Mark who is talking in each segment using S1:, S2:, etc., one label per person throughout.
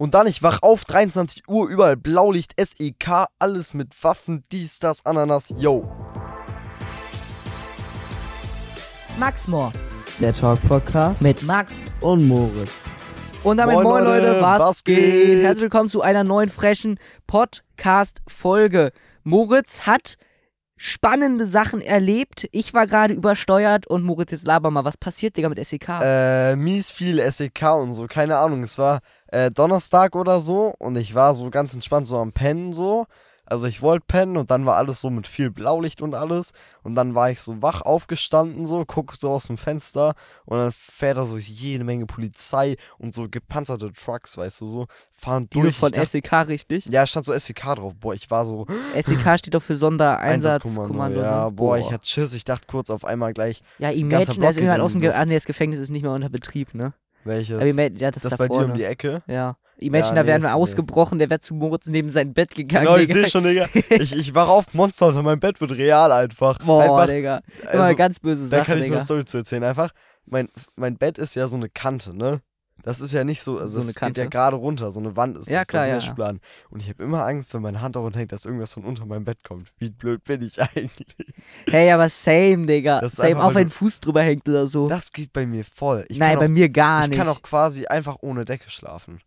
S1: Und dann, ich wach auf, 23 Uhr, überall Blaulicht, SEK, alles mit Waffen, dies, das, Ananas, yo.
S2: Max Mohr
S3: Der Talk Podcast
S2: mit Max.
S3: und Moritz.
S2: Und damit moin,
S1: Moin,
S2: Leute,
S1: Leute,
S2: was,
S1: was
S2: geht?
S1: geht?
S2: Herzlich willkommen zu einer neuen frischen Podcast-Folge. Moritz hat spannende Sachen erlebt. Ich war gerade übersteuert und Moritz, jetzt laber mal, was passiert, Digga, mit E SEK?
S1: Äh, mies viel SEK und so, keine Ahnung, es war äh, Donnerstag oder so und ich war so ganz entspannt so am Pennen so. Also ich wollte pennen und dann war alles so mit viel Blaulicht und alles und dann war ich so wach aufgestanden so, guck so aus dem Fenster und dann fährt da so jede Menge Polizei und so gepanzerte Trucks, weißt du, so fahren
S2: Die
S1: durch.
S2: von
S1: Ich dachte,
S2: SEK, richtig?
S1: ja, stand so SEK drauf. Boah, ich war so,
S2: SEK steht doch für Sondereinsatzkommando.
S1: Einsatzkommando, Ja,
S2: ne?
S1: boah, ich hatte Schiss. Ich dachte kurz auf einmal gleich,
S2: Ja,
S1: ganzer
S2: imagine,
S1: Block
S2: da ist
S1: geht
S2: irgendjemand
S1: in
S2: aus dem
S1: die
S2: Ge
S1: Luft.
S2: ah, nee, das Gefängnis ist nicht mehr unter Betrieb, ne?
S1: welches?
S2: Aber imagine, ja, das,
S1: das
S2: ist
S1: bei
S2: davor,
S1: dir um die
S2: ne?
S1: Ecke.
S2: Ja. Imagine,
S1: Ja,
S2: da
S1: nee,
S2: wären
S1: ist
S2: wir
S1: nee.
S2: ausgebrochen, der wäre zu Moritz neben sein Bett gegangen.
S1: Genau, ich
S2: Digga.
S1: sehe schon, Digga. Ich, ich wache auf, Monster unter meinem Bett wird real einfach.
S2: Boah,
S1: einfach
S2: Digga. Immer
S1: also,
S2: ganz böse
S1: da
S2: Sachen,
S1: kann ich nur
S2: Digga.
S1: eine Story zu erzählen. Einfach, mein, mein Bett ist ja so eine Kante, ne? Das ist ja nicht so, also
S2: So eine
S1: das geht ja
S2: Kante.
S1: gerade runter, so eine Wand ist
S2: Ja,
S1: das,
S2: klar,
S1: das ist
S2: ja,
S1: ein
S2: ja.
S1: Wäschplan. Und ich habe immer Angst, wenn meine Hand daran hängt, dass irgendwas von unter meinem Bett kommt. Wie blöd bin ich eigentlich?
S2: Hey, aber same, Digga.
S1: Das ist
S2: Same,
S1: einfach,
S2: auch
S1: weil
S2: wenn
S1: du-
S2: Fuß drüber hängt oder so.
S1: Das geht bei mir voll. Ich
S2: Nein,
S1: kann
S2: bei
S1: auch,
S2: mir gar
S1: Ich
S2: Ah, nicht.
S1: kann auch quasi einfach ohne Decke schlafen.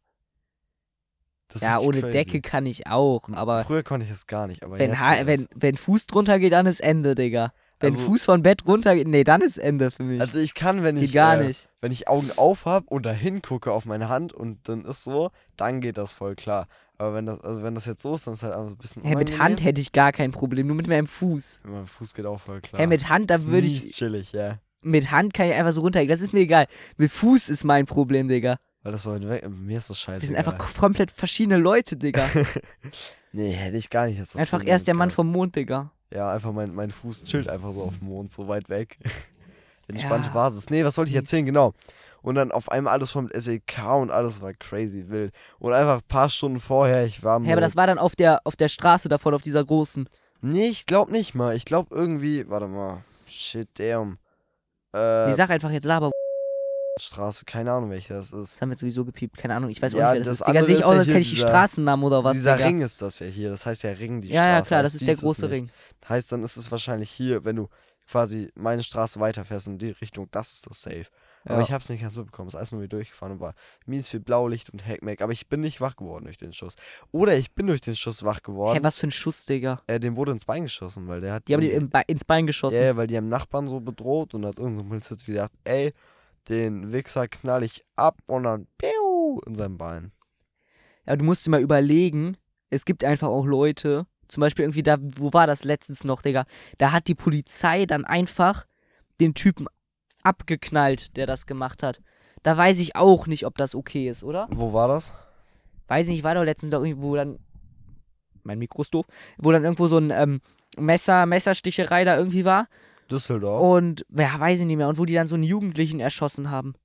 S1: Das ist
S2: ja,
S1: richtig
S2: ohne
S1: crazy.
S2: Decke kann ich auch, aber
S1: Früher konnte ich es gar nicht, aber
S2: wenn,
S1: jetzt
S2: ha
S1: geht
S2: wenn,
S1: das.
S2: wenn Fuß drunter geht, dann ist Ende, Digga. Wenn
S1: Also-
S2: Fuß vom Bett runter geht, nee, dann ist Ende für mich.
S1: Also ich kann, wenn
S2: geht
S1: ich
S2: gar
S1: äh,
S2: nicht.
S1: wenn ich Augen auf habe und da hingucke auf meine Hand und dann ist so, dann geht das voll klar. Aber wenn das, also wenn das jetzt so ist, dann ist halt einfach ein bisschen.
S2: Hey, mit
S1: unangenehm.
S2: Hand hätte ich gar kein Problem, nur mit meinem Fuß.
S1: Mein Fuß geht auch voll klar.
S2: Hey, mit Hand, da
S1: Ah, Ist
S2: würde
S1: mies
S2: ich.
S1: chillig, ja.
S2: Mit Hand kann ich einfach so runtergehen. Das ist mir egal. Mit Fuß ist mein Problem, Digga.
S1: Weil das so weit weg. Mir ist das scheiße.
S2: Wir sind einfach komplett verschiedene Leute, Digga.
S1: Nee, hätte ich gar nicht. Jetzt das
S2: einfach
S1: Problem
S2: erst der Mann
S1: gehabt.
S2: vom Mond, Digga.
S1: Ja, einfach mein, mein Fuß chillt einfach so auf dem Mond, so weit weg. Entspannte
S2: Ja. Mhm.
S1: Basis. Nee, was wollte ich erzählen? Genau. Und dann auf einmal alles vom SEK und alles war crazy wild. Und einfach ein paar Stunden vorher, ich war
S2: Hey, aber das war dann auf der, auf der Straße davon, auf dieser großen.
S1: Nee, ich glaub nicht mal. Ich glaub irgendwie. Warte mal. Shit, damn.
S2: Nee,
S1: Äh,
S2: sag einfach jetzt Laber.
S1: Straße, keine Ahnung, welche das ist.
S2: Das haben wir sowieso gepiept. Keine Ahnung, ich weiß auch
S1: Ja,
S2: nicht, wer das,
S1: das
S2: ist. Digga,
S1: andere
S2: sehe ich
S1: ist
S2: aus,
S1: ja
S2: als
S1: hier
S2: kenne ich die
S1: dieser-
S2: Straßennamen oder Oh, was,
S1: Dieser
S2: Digga.
S1: Ring ist das ja hier. Das heißt ja Ring, die
S2: ja,
S1: Straße.
S2: ja, klar, das
S1: heißt,
S2: ist
S1: die
S2: der
S1: es
S2: große
S1: nicht.
S2: Ring.
S1: Heißt, dann ist es wahrscheinlich hier, wenn du quasi meine Straße weiterfährst in die Richtung, das ist das Safe. Aber
S2: Ja.
S1: ich hab's nicht ganz mitbekommen. Es ist alles nur wieder durchgefahren und war mies viel Blaulicht und Hackmack. Aber ich bin nicht wach geworden durch den Schuss. Oder ich bin durch den Schuss wach
S2: Hä,
S1: geworden.
S2: hey, was für ein Schuss, Digga.
S1: äh, dem wurde ins Bein geschossen, weil der hat.
S2: Die haben die
S1: irgendwie-
S2: im Be ins Bein geschossen.
S1: Ja, ja, weil die haben Nachbarn so bedroht und hat irgendein Polizist gedacht, ey, den Wichser knall ich ab und dann piu, in seinem Bein.
S2: Aber du musst dir mal überlegen, es gibt einfach auch Leute, zum Beispiel irgendwie da, wo war das letztens noch, Digga? Da hat die Polizei dann einfach den Typen abgeknallt, der das gemacht hat. Da weiß ich auch nicht, ob das okay ist, oder?
S1: Wo war das?
S2: weiß nicht, war doch letztens doch irgendwo dann, mein Mikro ist doof, wo dann irgendwo so ein ähm, Messer, Messersticherei da irgendwie war
S1: Düsseldorf.
S2: und, ja, weiß ich nicht mehr, und wo die dann so einen Jugendlichen erschossen haben.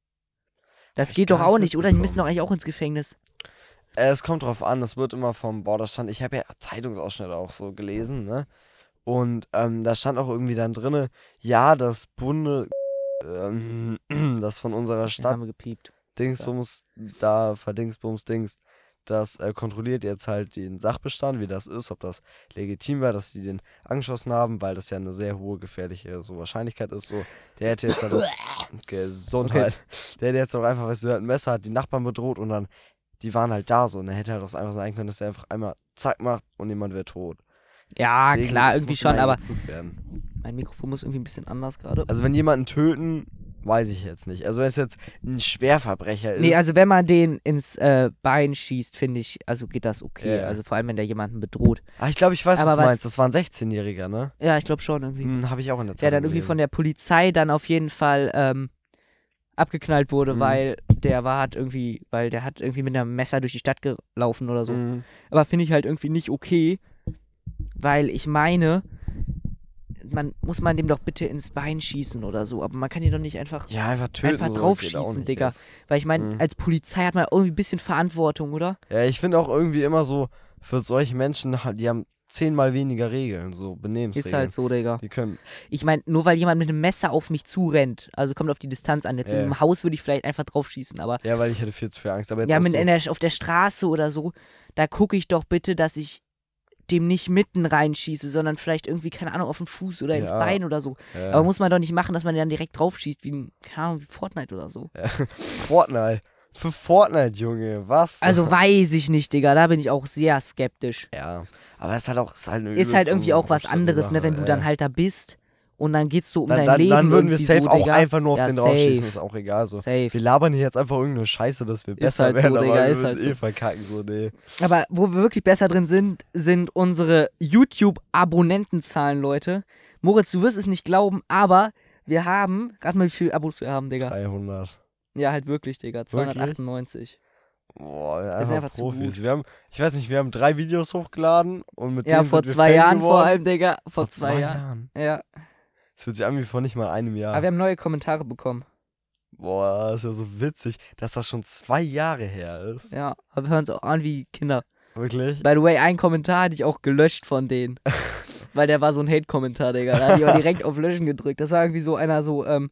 S2: Das
S1: Hab ich
S2: geht
S1: gar
S2: doch auch
S1: nicht
S2: nicht, oder? Die müssen doch
S1: mitbekommen.
S2: eigentlich auch ins Gefängnis.
S1: Äh, es kommt drauf an, es wird immer vom Border stand. Ich habe ja Zeitungsausschnitte auch so gelesen, ne? Und ähm, da stand auch irgendwie dann drinne, ja, das Bunde, ähm, das von unserer
S2: Da
S1: Stadt
S2: haben wir gepiept.
S1: Dingsbums, da Verdingsbums Dings, das äh, kontrolliert jetzt halt den Sachbestand, wie das ist, ob das legitim war, dass sie den angeschossen haben, weil das ja eine sehr hohe gefährliche so Wahrscheinlichkeit ist. So, der hätte jetzt halt auch, Gesundheit, der hätte jetzt auch einfach, weißt du, der hat ein Messer, hat die Nachbarn bedroht und dann, die waren halt da so und dann hätte halt auch einfach sein können, dass er einfach einmal zack macht und jemand wäre tot.
S2: Ja,
S1: Deswegen,
S2: Ah, klar,
S1: es
S2: irgendwie
S1: muss
S2: schon,
S1: immer
S2: aber
S1: geprüft werden.
S2: mein Mikrofon muss irgendwie ein bisschen anders gerade.
S1: Also wenn jemanden töten, weiß ich jetzt nicht. Also wenn es jetzt ein Schwerverbrecher ist.
S2: Nee, also wenn man den ins äh, Bein schießt, finde ich, also geht das okay.
S1: Ja, ja.
S2: Also vor allem, wenn der jemanden bedroht.
S1: Ah, ich glaube, ich weiß,
S2: Aber
S1: was du
S2: was-
S1: meinst. Das war ein 16-Jähriger, ne?
S2: Ja, ich glaube schon irgendwie.
S1: Hm, habe ich auch in der Zeit.
S2: der dann irgendwie von der Polizei dann auf jeden Fall ähm, abgeknallt wurde,
S1: Mhm.
S2: weil der war hat irgendwie, weil der hat irgendwie mit einem Messer durch die Stadt gelaufen oder so.
S1: Mhm.
S2: Aber finde ich halt irgendwie nicht okay, weil ich meine, man muss man dem doch bitte ins Bein schießen oder so, aber man kann ihn doch nicht einfach,
S1: Ja, einfach töten.
S2: Einfach
S1: so, geht auch
S2: draufschießen,
S1: nicht
S2: Digga.
S1: jetzt.
S2: weil ich meine,
S1: Mhm.
S2: als Polizei hat man irgendwie ein bisschen Verantwortung, oder?
S1: Ja, ich finde auch irgendwie immer so, für solche Menschen, die haben zehnmal weniger Regeln, so Benehmensregeln.
S2: Ist halt so, Digga.
S1: Die können.
S2: Ich meine, nur weil jemand mit einem Messer auf mich zurennt, also kommt auf die Distanz an. Jetzt
S1: Ja.
S2: im Haus würde ich vielleicht einfach drauf schießen, aber
S1: Ja, weil ich hätte viel zu viel Angst. Aber jetzt
S2: ja,
S1: auch
S2: mit
S1: so,
S2: einer, auf der Straße oder so, da gucke ich doch bitte, dass ich dem nicht mitten reinschieße, sondern vielleicht irgendwie, keine Ahnung, auf den Fuß oder ins
S1: Ja.
S2: Bein oder so.
S1: äh,
S2: Aber muss man doch nicht machen, dass man dann direkt drauf schießt, wie, ein- keine Ahnung, wie Fortnite oder so.
S1: Fortnite. Für Fortnite, Junge. Was?
S2: Also weiß ich nicht, Digga, da bin ich auch sehr skeptisch.
S1: Ja. Aber es ist halt auch. Ist halt, eine
S2: Ist halt
S1: übelste
S2: irgendwie auch was
S1: Sache,
S2: anderes, ne, wenn du
S1: ja.
S2: dann halt da bist und dann geht's so um
S1: dann,
S2: dein
S1: dann,
S2: Leben.
S1: dann würden wir
S2: irgendwie
S1: safe
S2: so,
S1: auch
S2: Digga.
S1: einfach nur auf
S2: Ja,
S1: den draufschießen,
S2: safe.
S1: ist auch egal. So.
S2: Safe.
S1: Wir labern hier jetzt einfach irgendeine Scheiße, dass wir besser
S2: halt so,
S1: werden, aber
S2: Digga,
S1: wir
S2: ist
S1: würden
S2: halt so.
S1: eh verkacken, so, nee.
S2: Aber wo wir wirklich besser drin sind, sind unsere YouTube-Abonnentenzahlen, Leute. Moritz, du wirst es nicht glauben, aber wir haben, rat mal, wie viele Abos wir haben, Digga.
S1: 300.
S2: Ja, halt wirklich, Digga. 298.
S1: Boah, wir sind einfach,
S2: einfach zu
S1: Profis. Wir haben, ich weiß nicht, wir haben drei Videos hochgeladen und mit
S2: Ja,
S1: denen
S2: vor
S1: sind wir
S2: zwei
S1: Fan
S2: Jahren
S1: geworden.
S2: vor allem, Digga. Vor, zwei, Jahren. Ja.
S1: Das fühlt sich an wie vor nicht mal einem Jahr.
S2: Aber wir haben neue Kommentare bekommen.
S1: Boah, ist ja so witzig, dass das schon zwei Jahre her ist.
S2: Ja. Aber wir hören uns auch an wie Kinder.
S1: Wirklich?
S2: By the way, einen Kommentar hatte ich auch gelöscht von denen. Weil der war so ein Hate-Kommentar, Digga. Da hatte ich auch direkt auf Löschen gedrückt. Das war irgendwie so einer so, ähm,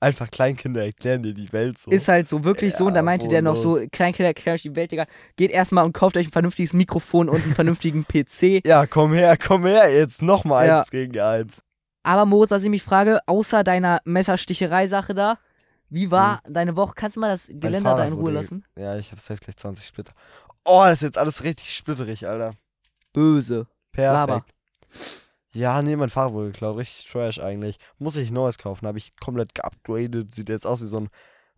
S1: Einfach Kleinkinder erklären dir die Welt so.
S2: Ist halt so, wirklich so. Und da
S1: Ja,
S2: meinte der noch so,
S1: wohnlos.
S2: Kleinkinder, erklär euch die Welt, Digga. Geht erstmal und kauft euch ein vernünftiges Mikrofon und einen vernünftigen PC.
S1: ja, komm her, komm her jetzt. Nochmal
S2: Ja.
S1: eins gegen eins.
S2: Aber Moritz, was ich mich frage, außer deiner Messersticherei-Sache da, wie war deine Woche? Kannst du mal das Geländer da
S1: Mhm. Fahrrad
S2: in Ruhe
S1: wurde ge-
S2: lassen?
S1: Ja, ich hab safe gleich 20 Splitter. Oh, das ist jetzt alles richtig splitterig, Alter.
S2: Böse.
S1: Perfekt.
S2: Laber.
S1: Ja, nee, mein Fahrrad wurde geklaut. Richtig trash eigentlich. Muss ich ein neues kaufen. Habe ich komplett geupgradet. Sieht jetzt aus wie so ein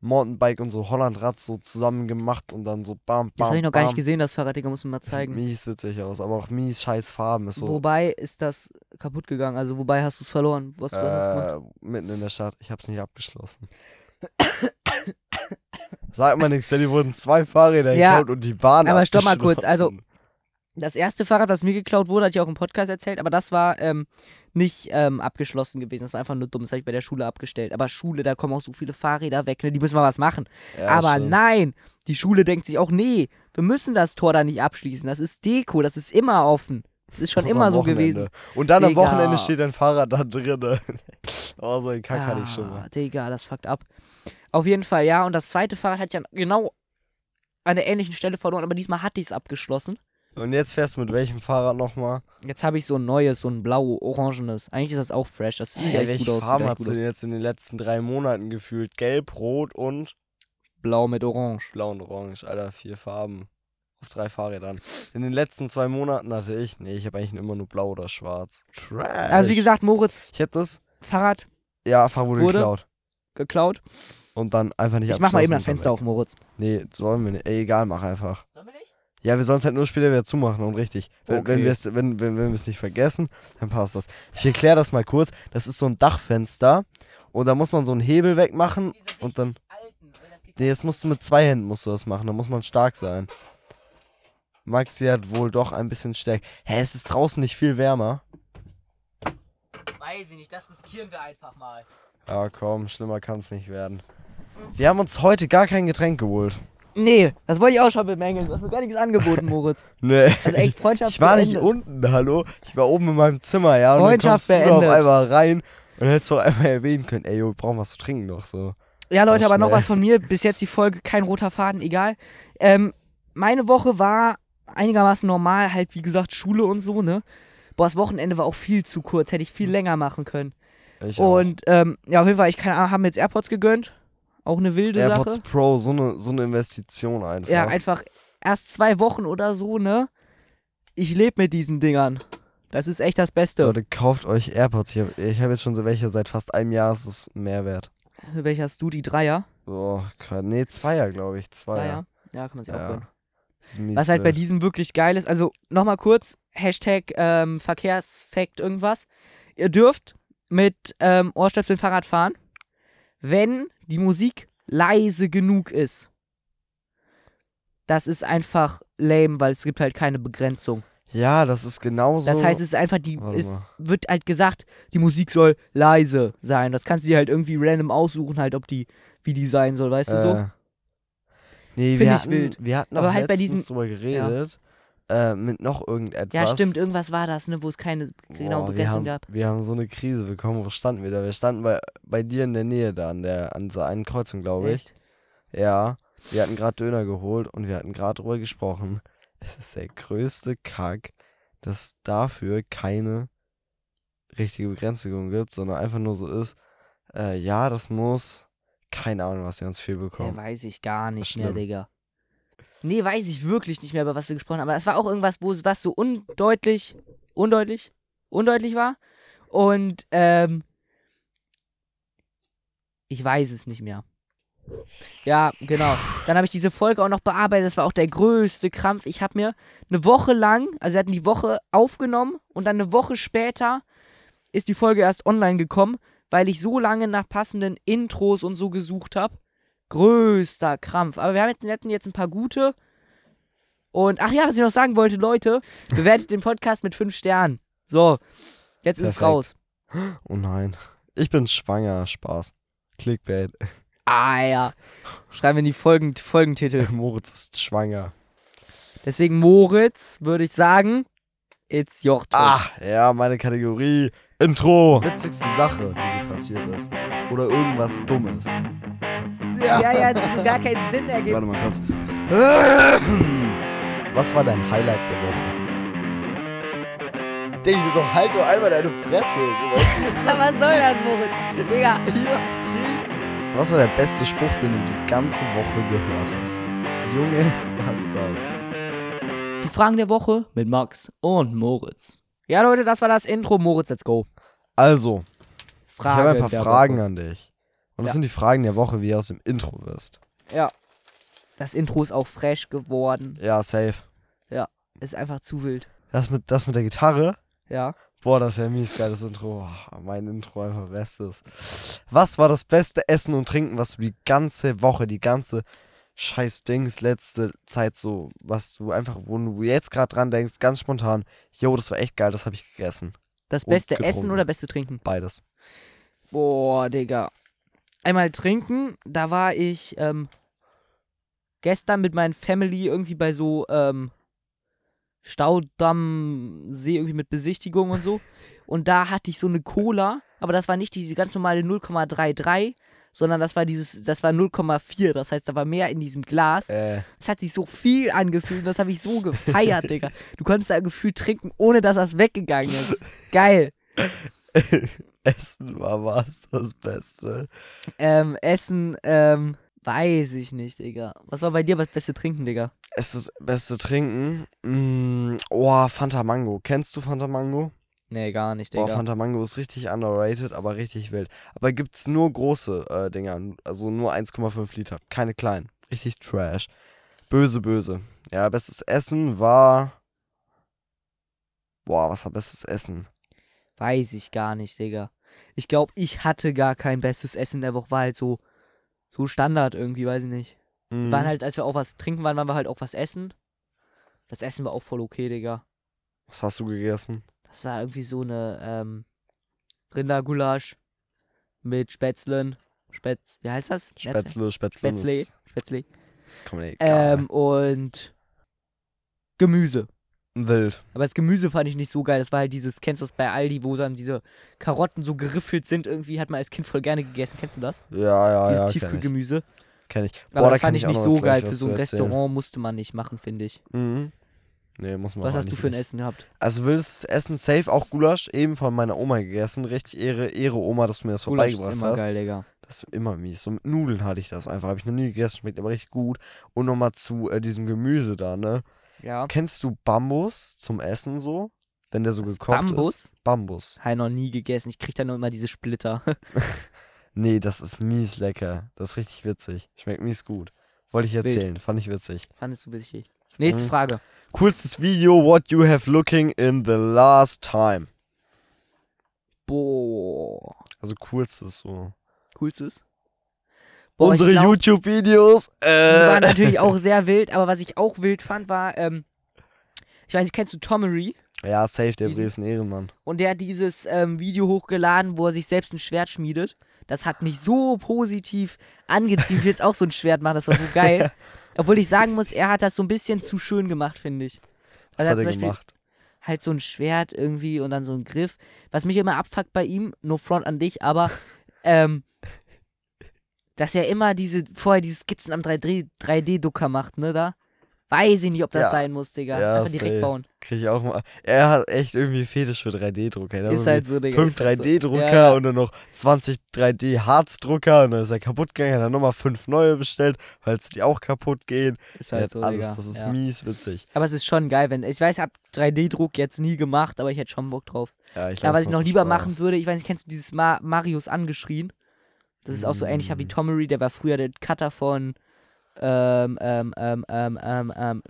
S1: Mountainbike und so Hollandrad so zusammen gemacht und dann so bam, bam.
S2: Das habe ich noch gar
S1: bam.
S2: nicht gesehen, das Fahrrad, Digga, muss man mal zeigen.
S1: Sieht mies witzig aus, aber auch mies scheiß Farben. Ist so
S2: Wobei ist das kaputt gegangen? Also, wobei hast du es verloren? Was, was hast du gemacht?
S1: äh, mitten in der Stadt. Ich hab's nicht abgeschlossen. Sag mal nichts, denn die wurden zwei Fahrräder
S2: Ja,
S1: geklaut und die Bahn
S2: aber stopp mal kurz, also-
S1: abgeschlossen.
S2: Das erste Fahrrad, was mir geklaut wurde, hatte ich auch im Podcast erzählt, aber das war ähm, nicht ähm, abgeschlossen gewesen. Das war einfach nur dumm. Das habe ich bei der Schule abgestellt. Aber Schule, da kommen auch so viele Fahrräder weg, ne? Die müssen mal was machen.
S1: Ja,
S2: aber
S1: stimmt.
S2: nein, die Schule denkt sich auch, nee, wir müssen das Tor da nicht abschließen. Das ist Deko, das ist immer offen. Das ist schon
S1: Muss
S2: immer
S1: am
S2: so
S1: Wochenende.
S2: gewesen.
S1: Und dann
S2: Digga.
S1: am Wochenende steht dein Fahrrad da drin. oh, so ein Kack hatte ich schon mal.
S2: Ah, Digga, das fuckt ab. Auf jeden Fall, ja. Und das zweite Fahrrad hat ja genau an der ähnlichen Stelle verloren, aber diesmal hatte ich es abgeschlossen.
S1: Und jetzt fährst du mit welchem Fahrrad nochmal?
S2: Jetzt habe ich so ein neues, so ein blau-orangenes. Eigentlich ist das auch fresh. Das sieht echt
S1: Äh, welche
S2: gut aus. sieht
S1: Farben
S2: echt
S1: hast
S2: gut
S1: du
S2: aus.
S1: denn jetzt in den letzten drei Monaten gefühlt? Gelb, Rot und
S2: Blau mit Orange.
S1: Blau und Orange. Alter, vier Farben. Auf drei Fahrrädern. In den letzten zwei Monaten hatte ich. Nee, ich habe eigentlich immer nur blau oder schwarz. Trash.
S2: Also wie gesagt, Moritz,
S1: Ich hätte das.
S2: Fahrrad
S1: Ja, Fahrrad wurde
S2: Wurde?
S1: geklaut.
S2: geklaut.
S1: Und dann einfach nicht
S2: Ich mach mal eben das
S1: abgeschlossen
S2: Fenster auf, Moritz.
S1: und dann weg. Nee, sollen wir nicht. Ey, egal, mach einfach.
S2: Sollen wir nicht?
S1: Ja, wir sollen es halt nur später wieder zumachen und richtig. Wenn, wenn
S2: Okay.
S1: wir es wenn, wenn, wenn wir's nicht vergessen, dann passt das. Ich erkläre das mal kurz. Das ist so ein Dachfenster und da muss man so einen Hebel wegmachen und dann. Nee, jetzt musst du mit zwei Händen musst du das machen, da muss man stark sein. Maxi hat wohl doch ein bisschen stärker. Hä, es ist draußen nicht viel wärmer.
S2: Weiß ich nicht, das riskieren wir einfach mal.
S1: Ja, Ah, komm, schlimmer kann es nicht werden. Wir haben uns heute gar kein Getränk geholt.
S2: Nee, das wollte ich auch schon bemängeln. Du hast mir gar nichts angeboten, Moritz.
S1: Nee.
S2: Also echt Freundschaft
S1: Ich war nicht
S2: beendet.
S1: unten, hallo. Ich war oben in meinem Zimmer, ja. Und dann
S2: Freundschaft
S1: kommst du da auf
S2: beendet.
S1: einmal rein und hättest doch einmal erwähnen können, ey, yo, wir brauchen was zu trinken noch so.
S2: Ja, Leute, aber noch
S1: schnell.
S2: was von mir. Bis jetzt die Folge, kein roter Faden, egal. Ähm, meine Woche war einigermaßen normal, halt wie gesagt Schule und so, ne? Boah, das Wochenende war auch viel zu kurz, hätte ich viel länger machen können.
S1: Ich
S2: und ähm, ja, auf jeden Fall, ich keine Ahnung, haben mir jetzt AirPods gegönnt. Auch eine
S1: auch.
S2: wilde
S1: AirPods
S2: Sache.
S1: Pro, so eine, so eine Investition einfach.
S2: Ja, einfach erst zwei Wochen oder so, ne? Ich lebe mit diesen Dingern. Das ist echt das Beste.
S1: Leute, kauft euch AirPods. Ich habe ich hab jetzt schon so welche seit fast einem Jahr, es ist ein Mehrwert.
S2: Welcher hast du, die Dreier?
S1: Boah, krass. nee, Zweier, glaube ich. Zweier.
S2: Ja, kann man sich auch gönnen.
S1: Ja. Ist mies
S2: Was halt bei
S1: blöd.
S2: diesem wirklich geil ist, also nochmal kurz, Hashtag ähm, Verkehrsfakt irgendwas. Ihr dürft mit ähm, Ohrstöpseln Fahrrad fahren, wenn die Musik leise genug ist. Das ist einfach lame, weil es gibt halt keine Begrenzung.
S1: Ja, das ist genauso.
S2: Das heißt, es ist einfach die,
S1: Warte mal.
S2: es wird halt gesagt, die Musik soll leise sein. Das kannst du dir halt irgendwie random aussuchen, halt, ob die, wie die sein soll, weißt du so?
S1: Äh, Nee,
S2: Find
S1: wir
S2: ich
S1: hatten,
S2: wild.
S1: wir hatten
S2: Aber
S1: auch
S2: halt bei
S1: letztens
S2: diesen-
S1: drüber geredet, äh, mit noch irgendetwas.
S2: Ja, stimmt, irgendwas war das, ne, wo es keine genaue
S1: Boah, wir
S2: Begrenzung
S1: haben,
S2: gab.
S1: Wir haben so eine Krise bekommen. Wo standen wir da? Wir standen bei, bei dir in der Nähe da an der an dieser einen Kreuzung, glaube ich.
S2: Echt?
S1: Ja. Wir hatten gerade Döner geholt und wir hatten gerade drüber gesprochen. Es ist der größte Kack, dass dafür keine richtige Begrenzung gibt, sondern einfach nur so ist, äh, ja, das muss. Keine Ahnung, was wir uns viel
S2: Ja,
S1: bekommen.
S2: weiß ich gar nicht mehr,
S1: Schlimm.
S2: Digga. Nee, weiß ich wirklich nicht mehr, über was wir gesprochen haben. Aber es war auch irgendwas, wo es was so undeutlich, undeutlich, undeutlich war. Und, ähm, ich weiß es nicht mehr. Ja, genau. Dann habe ich diese Folge auch noch bearbeitet. Das war auch der größte Krampf. Ich habe mir eine Woche lang, also wir hatten die Woche aufgenommen und dann eine Woche später ist die Folge erst online gekommen, weil ich so lange nach passenden Intros und so gesucht habe. Größter Krampf. Aber wir haben jetzt, wir hatten jetzt ein paar gute. Und ach ja, was ich noch sagen wollte, Leute, bewertet den Podcast mit 5 Sternen. So, jetzt ist es
S1: Perfekt.
S2: raus.
S1: Oh nein. Ich bin schwanger. Spaß. Clickbait.
S2: Ah ja. Schreiben wir in die Folgen, Folgentitel.
S1: Moritz ist schwanger.
S2: Deswegen, Moritz, würde ich sagen, it's your turn.
S1: Ah, ja, meine Kategorie. Intro. Witzigste Sache, die dir passiert ist. Oder irgendwas Dummes.
S2: Ja, ja, das hat gar keinen Sinn ergeben.
S1: Warte mal kurz. Was war dein Highlight der Woche? Digga, ich bin so, halt doch einmal deine Fresse. So, weißt
S2: Was soll das, Moritz? Digga.
S1: du? Was war der beste Spruch, den du die ganze Woche gehört hast? Junge, was das?
S2: Die Fragen der Woche mit Max und Moritz. Ja, Leute, das war das Intro. Moritz, let's go.
S1: Also, ich
S2: Fragen
S1: habe ein
S2: der
S1: paar Fragen
S2: Woche.
S1: an dich. Und das
S2: Ja.
S1: sind die Fragen der Woche, wie ihr aus dem Intro wisst.
S2: Ja. Das Intro ist auch fresh geworden.
S1: Ja, safe.
S2: Ist einfach zu wild.
S1: Das mit, das mit der Gitarre?
S2: Ja.
S1: Boah, das ist ja ein mies geiles Intro. Oh, mein Intro einfach bestes. Was war das beste Essen und Trinken, was du die ganze Woche, die ganze scheiß Dings letzte Zeit so, was du einfach, wo du jetzt gerade dran denkst, ganz spontan, yo, das war echt geil, das habe ich gegessen.
S2: Das
S1: Und
S2: beste
S1: getrunken.
S2: Essen oder beste Trinken?
S1: Beides.
S2: Boah, Digga. Einmal trinken, da war ich ähm, gestern mit meinen Family irgendwie bei so ähm, Staudammsee irgendwie mit Besichtigung und so. Und da hatte ich so eine Cola, aber das war nicht diese ganz normale 0,33, sondern das war dieses, das war 0,4. Das heißt, da war mehr in diesem Glas.
S1: Äh,
S2: Es hat sich so viel angefühlt, und das habe ich so gefeiert, Digga. Du konntest da gefühlt trinken, ohne dass das weggegangen ist. Geil.
S1: Essen war was das Beste.
S2: Ähm, Essen, ähm, weiß ich nicht, Digga. Was war bei dir das beste Trinken, Digga?
S1: Es ist das beste Trinken. Mm, oh, Fanta Mango. Kennst du Fanta Mango?
S2: Nee, gar nicht,
S1: Boah, Fanta Mango ist richtig underrated, aber richtig wild. Aber gibt's nur große äh, Dinger, also nur 1,5 Liter, keine kleinen. Richtig trash. Böse, böse. Ja, bestes Essen war. Boah, was war bestes Essen?
S2: weiß ich gar nicht, Digga. Ich glaube, ich hatte gar kein bestes Essen der Woche, war halt so, so Standard irgendwie, weiß ich nicht.
S1: Mhm.
S2: Wir Waren halt, als wir auch was trinken waren, waren wir halt auch was essen. Das Essen war auch voll okay, Digga.
S1: was hast du gegessen?
S2: Das war irgendwie so eine, ähm, Rindergulasch mit Spätzlen. Spätz, wie heißt das?
S1: Spätzle, Spätzle.
S2: Spätzle.
S1: ist-
S2: Spätzle.
S1: ist komplett egal.
S2: Ähm, und Gemüse.
S1: Wild.
S2: Aber das Gemüse fand ich nicht so geil. Das war halt dieses, kennst du das bei Aldi, wo dann diese Karotten so geriffelt sind irgendwie, hat man als Kind voll gerne gegessen. Kennst du das?
S1: Ah, Ja, ja,
S2: dieses
S1: ja. Kenn ich.
S2: Tiefkühlgemüse.
S1: Kenn ich.
S2: Aber
S1: Boah, da
S2: das
S1: kann
S2: fand ich
S1: auch
S2: nicht
S1: noch
S2: so
S1: was gleich
S2: geil.
S1: was
S2: Für so
S1: zu
S2: ein
S1: erzählen.
S2: Restaurant musste man nicht machen, finde ich.
S1: Mhm. Nee, muss man
S2: Was
S1: auch
S2: hast du
S1: eigentlich
S2: für ein
S1: nicht.
S2: Essen gehabt?
S1: Also wildes Essen, safe, auch Gulasch, eben von meiner Oma gegessen. Richtig Ehre, Ehre Oma, dass du mir das
S2: Gulasch ist
S1: vorbeigebracht
S2: immer
S1: hast.
S2: geil, Digga.
S1: Das ist immer mies. So mit Nudeln hatte ich das einfach. Habe ich noch nie gegessen, schmeckt aber richtig gut. Und nochmal zu äh, diesem Gemüse da, ne?
S2: Ja.
S1: Kennst du Bambus zum Essen so? Wenn der so
S2: Was,
S1: gekocht
S2: Bambus?
S1: ist. Bambus?
S2: Habe ich noch nie gegessen. Ich krieg da nur immer diese Splitter.
S1: Nee, das ist mies lecker. Das ist richtig witzig. Schmeckt mies gut. Wollte ich erzählen, fand ich witzig.
S2: Fandest du wichtig. Nächste
S1: Mhm.
S2: Frage.
S1: Coolstes Video, what you have looking in the last time.
S2: Boah.
S1: Also coolstes so.
S2: Coolstes? Boah, ich
S1: Unsere
S2: glaub-
S1: YouTube-Videos.
S2: Die
S1: Äh,
S2: waren natürlich auch sehr wild, aber was ich auch wild fand, war, ähm, ich weiß nicht, kennst du Tomery?
S1: ja, safe, der
S2: Diesen-
S1: Brie ist ein Ehrenmann.
S2: Und der hat dieses ähm, Video hochgeladen, wo er sich selbst ein Schwert schmiedet. Das hat mich so positiv angetrieben. Ich will jetzt auch so ein Schwert machen, das war so geil. Obwohl ich sagen muss, er hat das so ein bisschen zu schön gemacht, finde ich.
S1: Was
S2: er
S1: hat er
S2: zum Beispiel-
S1: gemacht?
S2: halt so ein Schwert irgendwie und dann so ein Griff. Was mich immer abfuckt bei ihm, no front an dich, aber ähm, dass er immer diese, vorher diese Skizzen am 3D 3D-Drucker macht, ne, da. Weiß ich nicht, ob das
S1: Ja.
S2: sein muss, Digga.
S1: Ja,
S2: Einfach
S1: safe.
S2: direkt bauen.
S1: Krieg ich auch mal. Er hat echt irgendwie Fetisch für 3D-Drucker. Er hat
S2: ist
S1: so
S2: halt so, Digga.
S1: fünf
S2: ist halt so.
S1: 3D-Drucker
S2: Ja, ja.
S1: und dann noch 20 3D-Harzdrucker und dann ist er kaputt gegangen, hat dann nochmal fünf neue bestellt, falls die auch kaputt gehen.
S2: Ist
S1: Er
S2: halt
S1: hat
S2: so,
S1: alles,
S2: Digga.
S1: das ist
S2: ja.
S1: mies witzig.
S2: Aber es ist schon geil, wenn. Ich weiß, ich hab 3D-Druck jetzt nie gemacht, aber ich hätte schon Bock drauf.
S1: Ja, ich
S2: Ja,
S1: glaub,
S2: was
S1: es
S2: ich
S1: macht
S2: noch lieber
S1: Spaß.
S2: machen würde, ich weiß nicht, kennst du dieses Ma Marius angeschrien? Das ist auch so ähnlich wie
S1: Mm.
S2: Tomery, der war früher der Cutter von ähm, ähm, ähm, ähm, ähm, ähm,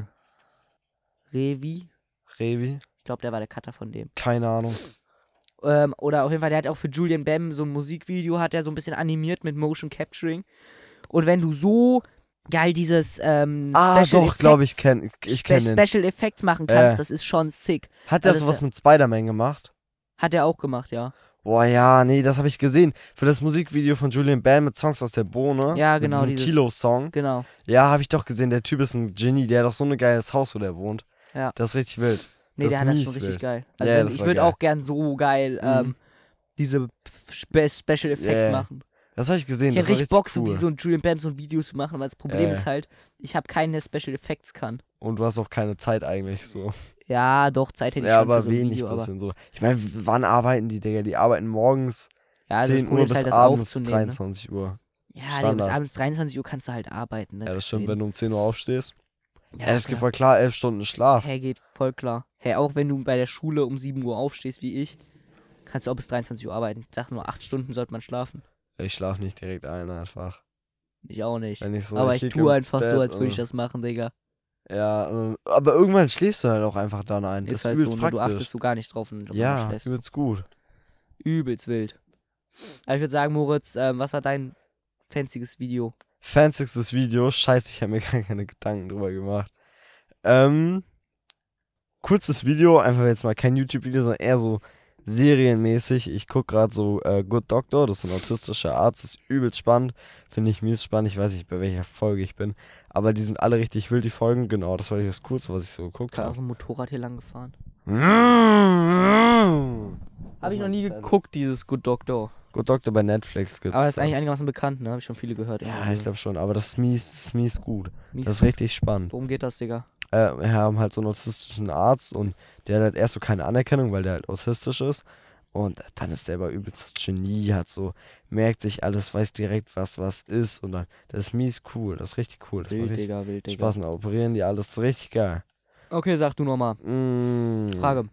S2: äh, Revi.
S1: Revi?
S2: Ich glaube, der war der Cutter von dem.
S1: Keine Ahnung.
S2: Ähm, oder auf jeden Fall, der hat auch für Julian Bam so ein Musikvideo, hat er so ein bisschen animiert mit Motion Capturing. Und wenn du so geil dieses ähm,
S1: Ah,
S2: Special
S1: doch, glaube ich,
S2: Effects-
S1: kenn, ich kenne den.
S2: Special Effects machen kannst,
S1: Äh.
S2: das ist schon sick.
S1: Hat er
S2: das ist
S1: sowas
S2: ja-
S1: mit Spider-Man gemacht?
S2: Hat er auch gemacht, ja.
S1: Boah, ja, nee, das habe ich gesehen. Für das Musikvideo von Julian Bam mit Songs aus der Bohne.
S2: Ja, genau,
S1: Mit
S2: dieses-
S1: diesem Tilo-Song.
S2: Genau.
S1: Ja, habe ich doch gesehen. Der Typ ist ein Genie. Der hat doch so ein geiles Haus, wo der wohnt.
S2: Ja.
S1: Das ist richtig wild.
S2: Nee,
S1: Das
S2: der
S1: ist
S2: hat das
S1: mies
S2: schon richtig
S1: wild.
S2: geil. Also
S1: Ja,
S2: wenn-
S1: das
S2: ich
S1: war
S2: würde
S1: geil. Mhm.
S2: auch gern so geil ähm, diese Spe Special Effects
S1: Ja,
S2: machen.
S1: Das habe ich gesehen.
S2: Ich
S1: das
S2: hätte
S1: war
S2: richtig Bock, so
S1: cool.
S2: wie so ein Julian Bam so ein Video zu machen, aber das Problem
S1: Äh.
S2: ist halt, ich habe keinen, der Special Effects kann.
S1: Und du hast auch keine Zeit eigentlich so.
S2: Ja, doch, Zeit hätte ich
S1: Ja,
S2: schon für
S1: aber
S2: so ein
S1: wenig
S2: Video, aber
S1: bisschen so. Ich meine, wann arbeiten die, Digga? Die arbeiten morgens
S2: ja, also
S1: 10
S2: das
S1: Uhr
S2: Problem
S1: bis
S2: ist halt, das
S1: abends
S2: aufzunehmen. Ne?
S1: 23 Uhr.
S2: Ja, Digga, bis
S1: Standard.
S2: abends 23 Uhr kannst du halt arbeiten. Ne?
S1: Ja, das stimmt,
S2: deswegen.
S1: wenn du um 10 Uhr aufstehst. Ja,
S2: Ja,
S1: das
S2: klar.
S1: gibt voll klar 11 Stunden Schlaf.
S2: Hey, geht voll klar. Hey, auch wenn du bei der Schule um 7 Uhr aufstehst wie ich, kannst du auch bis 23 Uhr arbeiten. Ich sag nur, 8 Stunden sollte man schlafen.
S1: Ich schlafe nicht direkt ein einfach.
S2: Ich auch nicht.
S1: Wenn ich so
S2: aber ich
S1: lieg
S2: tue
S1: im
S2: einfach so,
S1: Bett
S2: als würde ich
S1: und-
S2: das machen, Digga.
S1: Ja, äh, aber irgendwann schläfst du halt auch einfach dann ein. das
S2: Ist halt
S1: übelst
S2: so, ne? du
S1: praktisch.
S2: achtest so gar nicht drauf und du
S1: ja,
S2: schläfst.
S1: übelst gut.
S2: Übelst wild. Aber ich würde sagen, Moritz, ähm, was war dein fanziges Video?
S1: Fansigstes Video. Scheiße, ich habe mir gar keine Gedanken drüber gemacht. Ähm, kurzes Video, einfach jetzt mal kein YouTube-Video, sondern eher so serienmäßig. Ich gucke gerade so äh, Good Doctor, das ist ein autistischer Arzt, ist übelst spannend. Finde ich mies spannend, ich weiß nicht, bei welcher Folge ich bin. Aber die sind alle richtig wild, die Folgen. Genau, das war das Kurze, was ich so geguckt Mm,
S2: Gerade auf
S1: habe.
S2: dem Motorrad hier lang gefahren.
S1: mm. Das
S2: Habe ich
S1: war
S2: noch nie
S1: das, also.
S2: geguckt, dieses Good Doctor.
S1: Good Doctor bei Netflix gibt's.
S2: Aber ist eigentlich
S1: das.
S2: einigermaßen bekannt, ne? Habe ich schon viele gehört.
S1: Ja, ich glaube schon, aber das ist mies, das ist mies gut.
S2: Mies.
S1: Das ist richtig spannend.
S2: Worum geht das, Digga?
S1: äh, wir haben halt so einen autistischen Arzt und der hat halt erst so keine Anerkennung, weil der halt autistisch ist. Und dann ist der aber übelstes Genie, hat so, merkt sich alles, weiß direkt, was was ist. Und dann, das ist mies cool, das ist richtig cool. Das macht
S2: Wild,
S1: richtig
S2: Digga, wild, Digga.
S1: Spaß, und da operieren die alles, das ist richtig geil.
S2: Okay, sag du nochmal.
S1: Mm.
S2: Frage.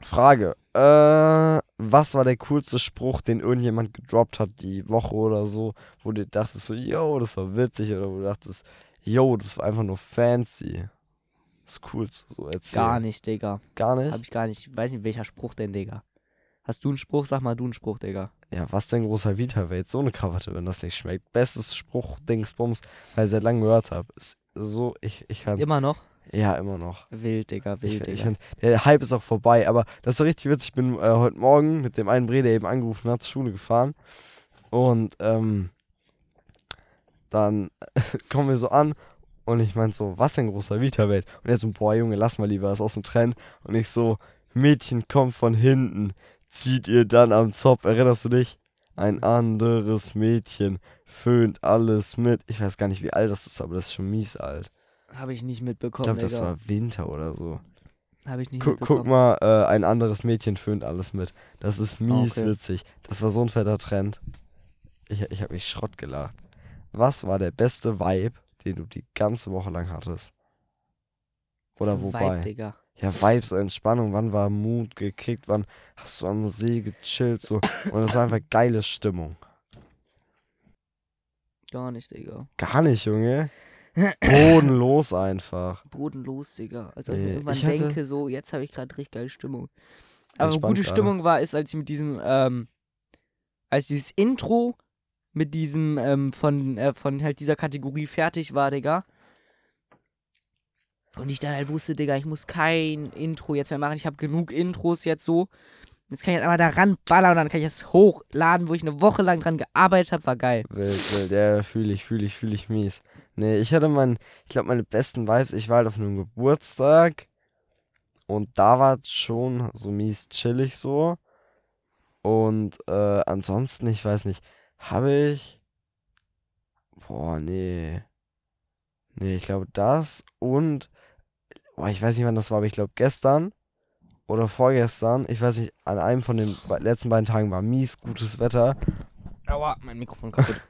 S1: Frage. Äh, was war der coolste Spruch, den irgendjemand gedroppt hat die Woche oder so, wo du dachtest so, yo, das war witzig oder wo du dachtest, yo, das war einfach nur fancy. Das coolste so erzählen.
S2: Gar nicht, Digga.
S1: Gar
S2: Hab
S1: nicht?
S2: ich gar nicht. Ich weiß nicht, welcher Spruch denn, Digga. Hast du einen Spruch? Sag mal du einen Spruch, Digga.
S1: Ja, was denn großer Vita wäre jetzt so eine Krawatte, wenn das nicht schmeckt. Bestes Spruch, Dingsbums, weil ich seit langem gehört habe. Ist so, ich, ich kann
S2: Immer noch?
S1: ja immer noch.
S2: Wild, Digga,
S1: Ich,
S2: wild,
S1: find- ich
S2: Digga.
S1: find, der Hype ist auch vorbei, aber das ist so richtig witzig. Ich bin äh, heute Morgen mit dem einen Bre, der eben angerufen hat, zur Schule gefahren. Und ähm, dann kommen wir so an und ich meinte so, was denn großer Vita-Welt? Und er so, boah Junge, lass mal lieber, ist aus dem Trend. Und ich so, Mädchen kommt von hinten, zieht ihr dann am Zopf, erinnerst du dich? Ein anderes Mädchen föhnt alles mit. Ich weiß gar nicht, wie alt das ist, aber das ist schon mies alt.
S2: Habe ich nicht
S1: Ich
S2: mitbekommen,
S1: glaube, das
S2: Digga.
S1: war Winter oder so.
S2: Habe ich nicht
S1: Gu
S2: mitbekommen.
S1: guck mal, äh, ein anderes Mädchen föhnt alles mit. Das ist mies
S2: okay.
S1: witzig. Das war so ein fetter Trend. Ich, ich habe mich Schrott gelacht. Was war der beste Vibe, den du die ganze Woche lang hattest? Oder
S2: Vibe,
S1: wobei?
S2: Digga.
S1: ja, Vibes, so Entspannung. Wann war Mut gekickt? Wann hast du am See gechillt? So. Und es war einfach geile Stimmung.
S2: Gar nicht, Digga.
S1: Gar nicht, Junge. Bodenlos einfach.
S2: Bodenlos, Digga. Also
S1: Nee,
S2: wenn man
S1: Äh, ich hatte-
S2: denke so, jetzt habe ich gerade richtig geile Stimmung. Aber wo
S1: Entspannt
S2: gute
S1: gerade.
S2: Stimmung war, ist, als ich mit diesem, ähm, als dieses Intro mit diesem, ähm, von, äh, von halt dieser Kategorie fertig war, Digga. Und ich dann halt wusste, Digga, ich muss kein Intro jetzt mehr machen. Ich habe genug Intros jetzt so. Jetzt kann ich jetzt einmal da ranballern und dann kann ich das hochladen, wo ich eine Woche lang dran gearbeitet habe. War geil.
S1: Wild, wild, ja, fühle ich, fühle ich, fühle ich mies. Nee, ich hatte meinen, ich glaube, meine besten Vibes, ich war halt auf einem Geburtstag und da war es schon so mies chillig so. Und äh, ansonsten, ich weiß nicht, habe ich. Boah, nee. Nee, ich glaube das und. Boah, ich weiß nicht, wann das war, aber ich glaube gestern oder vorgestern, ich weiß nicht, an einem von den be- letzten beiden Tagen war mies gutes Wetter.
S2: Aua, mein Mikrofon kaputt.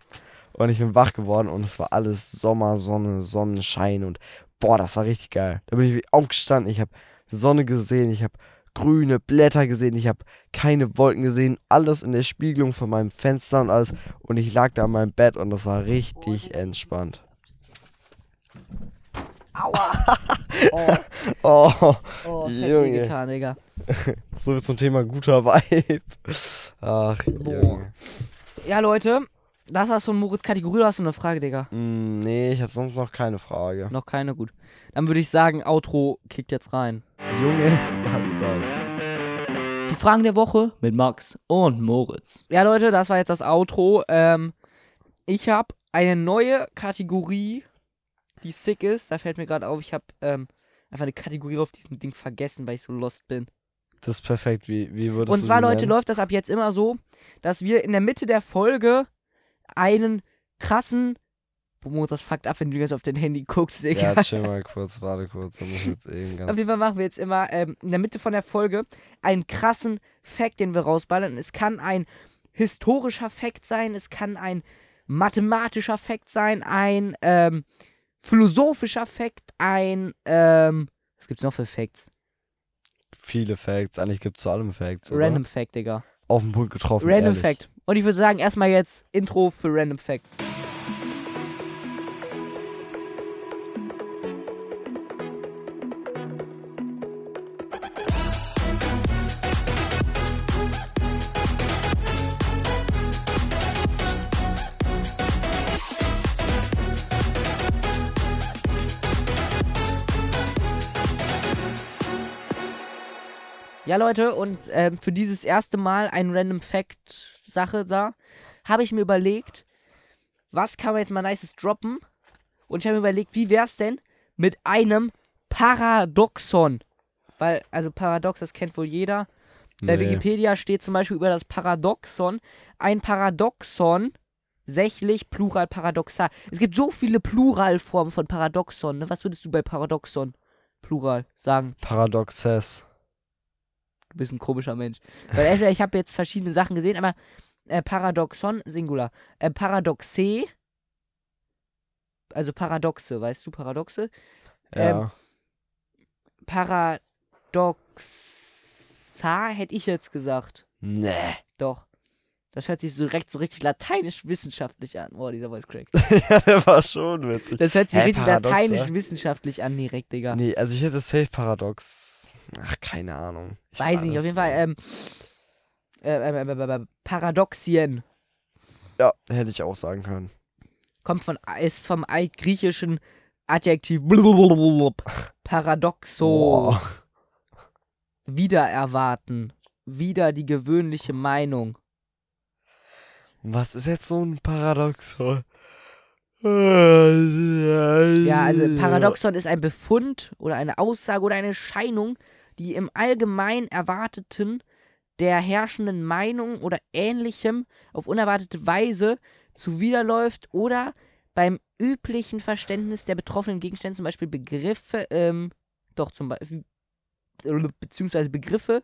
S1: Und ich bin wach geworden und es war alles Sommer, Sonne, Sonnenschein und boah, das war richtig geil. Da bin ich wie aufgestanden, ich habe Sonne gesehen, ich habe grüne Blätter gesehen, ich habe keine Wolken gesehen, alles in der Spiegelung von meinem Fenster und alles. Und ich lag da in meinem Bett und das war richtig entspannt.
S2: Oh,
S1: Oh,
S2: oh fett
S1: Junge.
S2: wehgetan, Digga.
S1: so viel zum Thema guter Vibe. Ach, Junge.
S2: Ja, Leute, das war's von Moritz Kategorie. Du hast du eine Frage, Digga.
S1: Hm, nee, ich habe sonst noch keine Frage.
S2: Noch keine, gut. Dann würde ich sagen, Outro kickt jetzt rein.
S1: Junge, was das?
S2: Die Fragen der Woche mit Max und Moritz. Ja, Leute, das war jetzt das Outro. Ähm, ich habe eine neue Kategorie, die sick ist. Da fällt mir gerade auf, ich habe ähm, einfach eine Kategorie auf diesem Ding vergessen, weil ich so lost bin.
S1: Das ist perfekt. Wie, wie würdest
S2: Und
S1: du
S2: zwar,
S1: sie
S2: Leute,
S1: nennen?
S2: läuft das ab jetzt immer so, dass wir in der Mitte der Folge einen krassen. Bomo, das fuckt ab, wenn du jetzt auf dein Handy guckst, Digga.
S1: Ja, chill mal kurz, warte kurz. Da muss ich jetzt eben ganz
S2: Auf jeden Fall machen wir jetzt immer ähm, in der Mitte von der Folge einen krassen Fact, den wir rausballern. Es kann ein historischer Fact sein, es kann ein mathematischer Fact sein, ein ähm, philosophischer Fact, ein ähm, was gibt's noch für Facts?
S1: viele Facts. Eigentlich gibt es zu allem Facts. Oder?
S2: Random Fact, Digga.
S1: Auf den Punkt getroffen.
S2: Random
S1: ehrlich.
S2: Fact. Und ich würde sagen, erstmal jetzt Intro für Random Fact. Ja, Leute, und ähm, für dieses erste Mal ein Random Fact-Sache da, habe ich mir überlegt, was kann man jetzt mal Nices droppen? Und ich habe mir überlegt, wie wär's denn mit einem Paradoxon? Weil, also Paradox, das kennt wohl jeder. Bei
S1: Nee.
S2: Wikipedia steht zum Beispiel über das Paradoxon ein Paradoxon, sächlich, Plural, paradoxal. Es gibt so viele Pluralformen von Paradoxon. Ne? Was würdest du bei Paradoxon, Plural, sagen?
S1: Paradoxes.
S2: du bist ein komischer Mensch. Weil entweder ich habe jetzt verschiedene Sachen gesehen, aber äh, Paradoxon, Singular. Äh, Paradoxe, also Paradoxe, weißt du, Paradoxe? Ähm,
S1: Ja.
S2: Paradoxa hätte ich jetzt gesagt.
S1: nee.
S2: Doch. Das hört sich so direkt so richtig lateinisch-wissenschaftlich an. Boah, dieser Voice Crack.
S1: ja, der war schon witzig.
S2: Das hört sich
S1: Hä,
S2: richtig
S1: Paradoxe?
S2: lateinisch-wissenschaftlich an, direkt, Digga.
S1: Nee, also ich hätte safe Paradox. Ach, keine Ahnung. Ich
S2: Weiß ich nicht, auf jeden Fall. Ähm, äh, äh, äh, äh, Paradoxien.
S1: Ja, hätte ich auch sagen können.
S2: kommt von ist vom altgriechischen Adjektiv blub, paradoxo
S1: Boah.
S2: wieder erwarten wieder die gewöhnliche Meinung
S1: Was ist jetzt so ein Paradoxon? Ja,
S2: ja also Paradoxon ist ein Befund oder eine Aussage oder eine Scheinung die im allgemein erwarteten der herrschenden Meinung oder ähnlichem auf unerwartete Weise zuwiderläuft oder beim üblichen Verständnis der betroffenen Gegenstände, zum Beispiel Begriffe, ähm, doch zum Beispiel, beziehungsweise Begriffe,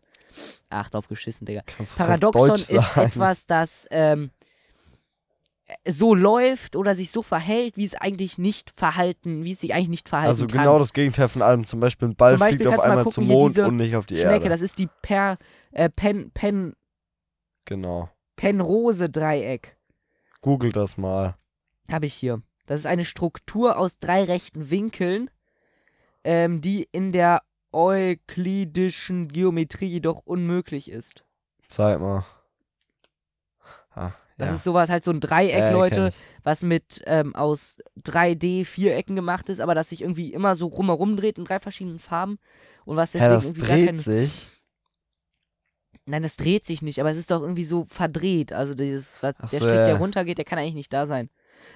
S2: ach, drauf geschissen, Digga.
S1: Kannst du's auf
S2: Paradoxon
S1: Deutsch
S2: ist
S1: sagen?
S2: etwas, das ähm, so läuft oder sich so verhält, wie es eigentlich nicht verhalten, wie es sich eigentlich nicht verhalten
S1: Also
S2: kann.
S1: genau das Gegenteil von allem. Zum Beispiel ein Ball
S2: Zum Beispiel
S1: fliegt auf
S2: kannst du mal
S1: einmal
S2: gucken,
S1: zum
S2: hier
S1: Mond
S2: diese
S1: und nicht auf die
S2: Schnecke,
S1: Erde.
S2: das ist die per äh, Pen Pen
S1: Genau.
S2: Penrose Dreieck
S1: Google das mal.
S2: habe ich hier. Das ist eine Struktur aus drei rechten Winkeln, ähm, die in der euklidischen Geometrie jedoch unmöglich ist.
S1: Zeig mal. Ah,
S2: Das
S1: ja.
S2: ist sowas halt so ein Dreieck,
S1: Ja, kenn
S2: Leute,
S1: ich.
S2: was mit ähm, aus 3D Vierecken gemacht ist, aber das sich irgendwie immer so rumherum dreht in drei verschiedenen Farben und was
S1: Hä,
S2: deswegen
S1: das
S2: irgendwie gar
S1: dreht
S2: keine
S1: sich.
S2: Nein, das dreht sich nicht, aber es ist doch irgendwie so verdreht. Also dieses, was,
S1: Ach
S2: der
S1: so,
S2: Strich, der
S1: ja.
S2: runtergeht, der kann eigentlich nicht da sein.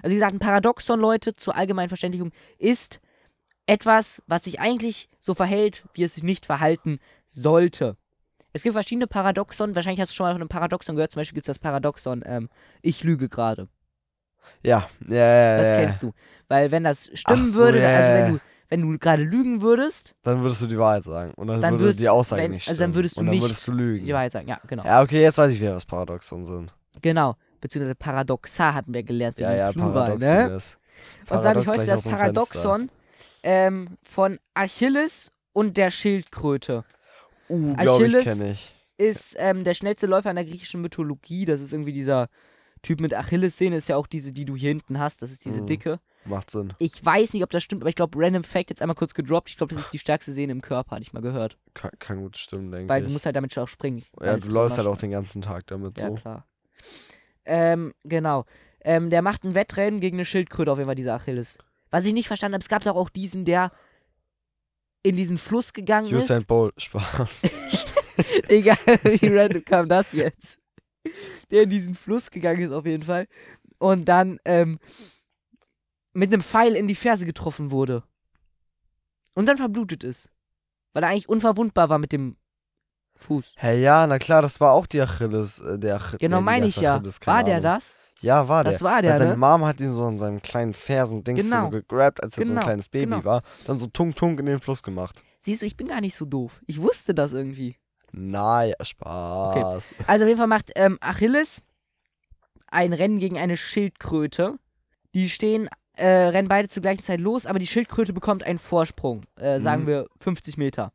S2: Also wie gesagt, ein Paradoxon, Leute, zur allgemeinen Verständigung ist etwas, was sich eigentlich so verhält, wie es sich nicht verhalten sollte. Es gibt verschiedene Paradoxon. Wahrscheinlich hast du schon mal von einem Paradoxon gehört. Zum Beispiel gibt es das Paradoxon, ähm, ich lüge gerade.
S1: Ja, ja, ja.
S2: Das
S1: ja, ja.
S2: kennst du. Weil wenn das stimmen
S1: Äh. so,
S2: würde,
S1: ja,
S2: also
S1: ja.
S2: wenn du, wenn du gerade lügen würdest,
S1: Dann würdest du die Wahrheit sagen. Und dann,
S2: Dann
S1: würde
S2: würdest-
S1: die Aussage
S2: wenn-
S1: nicht stimmen.
S2: also dann würdest du
S1: und dann
S2: nicht
S1: würdest du lügen.
S2: die Wahrheit sagen. Ja, genau.
S1: Ja, okay, jetzt weiß ich wieder, was Paradoxon sind.
S2: Genau. Beziehungsweise Paradoxa hatten wir gelernt wegen
S1: Ja, ja,
S2: dem Plural,
S1: Paradoxon
S2: ne?
S1: ist.
S2: Und so habe ich
S1: Paradox
S2: heute
S1: gleich
S2: das
S1: aus dem Fenster.
S2: Paradoxon ähm, von Achilles und der Schildkröte.
S1: Uh, glaube ich,
S2: Achilles-
S1: kenne ich.
S2: Ist ähm, der schnellste Läufer in der griechischen Mythologie. Das ist irgendwie dieser Typ mit Achilles-Szene. Ist ja auch diese, die du hier hinten hast. Das ist diese
S1: Mhm.
S2: dicke.
S1: Macht Sinn.
S2: Ich weiß nicht, ob das stimmt, aber ich glaube, Random Fact jetzt einmal kurz gedroppt. Ich glaube, das ist die stärkste Szene im Körper, hatte ich mal gehört.
S1: Kann, kann gut stimmen, denke
S2: Weil
S1: ich.
S2: du musst halt damit schon auch springen.
S1: ja,
S2: Alles
S1: du läufst halt
S2: besonders
S1: auch den ganzen Tag damit
S2: Ja,
S1: so.
S2: klar. Ähm, genau. Ähm, der macht ein Wettrennen gegen eine Schildkröte, auf jeden Fall, dieser Achilles. Was ich nicht verstanden habe, es gab doch auch diesen, der in diesen Fluss gegangen
S1: Usain Bolt, Spaß.
S2: ist. Egal, wie random kam das jetzt. Der in diesen Fluss gegangen ist, auf jeden Fall. Und dann ähm, mit einem Pfeil in die Ferse getroffen wurde. Und dann verblutet ist. Weil er eigentlich unverwundbar war mit dem Fuß.
S1: hey, ja, na klar, das war auch die Achilles. Äh, der Ach
S2: Genau,
S1: nee, die
S2: meine ich
S1: heißt
S2: ja.
S1: Achilles, keine
S2: war der
S1: Ahnung.
S2: das?
S1: Ja, war der.
S2: Das war
S1: Weil
S2: der,
S1: seine
S2: ne?
S1: Mom hat ihn so an seinem kleinen Fersen-Dings
S2: Genau.
S1: so gegrabt, als er so ein
S2: Genau,
S1: kleines Baby
S2: genau.
S1: war. Dann so tunk-tunk in den Fluss gemacht.
S2: Siehst du, ich bin gar nicht so doof. Ich wusste das irgendwie.
S1: Naja, Spaß.
S2: Also auf jeden Fall macht ähm, Achilles ein Rennen gegen eine Schildkröte. Die stehen, äh, rennen beide zur gleichen Zeit los, aber die Schildkröte bekommt einen Vorsprung. Äh, sagen
S1: Mhm.
S2: wir 50 Meter.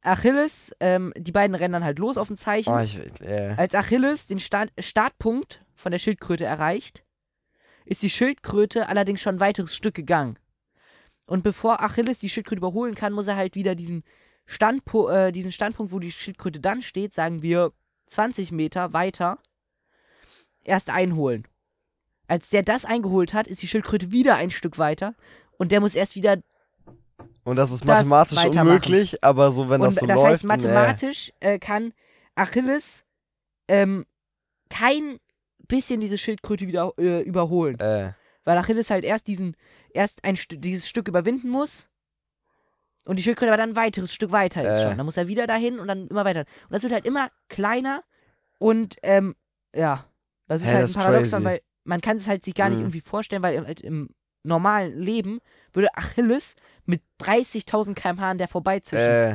S2: Achilles, ähm, die beiden rennen dann halt los auf ein Zeichen.
S1: Ah, ich, äh,
S2: Als Achilles den Sta Startpunkt von der Schildkröte erreicht, ist die Schildkröte allerdings schon ein weiteres Stück gegangen. Und bevor Achilles die Schildkröte überholen kann, muss er halt wieder diesen, Standpo äh, diesen Standpunkt, wo die Schildkröte dann steht, sagen wir 20 Meter weiter, erst einholen. Als der das eingeholt hat, ist die Schildkröte wieder ein Stück weiter und der muss erst wieder
S1: und das ist
S2: das
S1: mathematisch
S2: weitermachen.
S1: unmöglich, aber so, wenn
S2: und
S1: das so
S2: das
S1: läuft. ne.
S2: heißt, mathematisch äh, kann Achilles ähm, kein bisschen diese Schildkröte wieder äh, überholen.
S1: Nee, äh,
S2: Weil Achilles halt erst diesen, erst ein Stü- dieses Stück überwinden muss. Und die Schildkröte aber dann ein weiteres Stück weiter ist
S1: Äh.
S2: schon. Dann muss er wieder dahin und dann immer weiter. Und das wird halt immer kleiner. Und ähm, ja, das ist
S1: Hä,
S2: halt
S1: das
S2: ein
S1: ist
S2: Paradoxon,
S1: crazy.
S2: weil man kann es halt sich gar nicht
S1: Mhm.
S2: irgendwie vorstellen, weil halt im normalen Leben würde Achilles mit 30.000 km/h an der vorbeizischen.
S1: äh,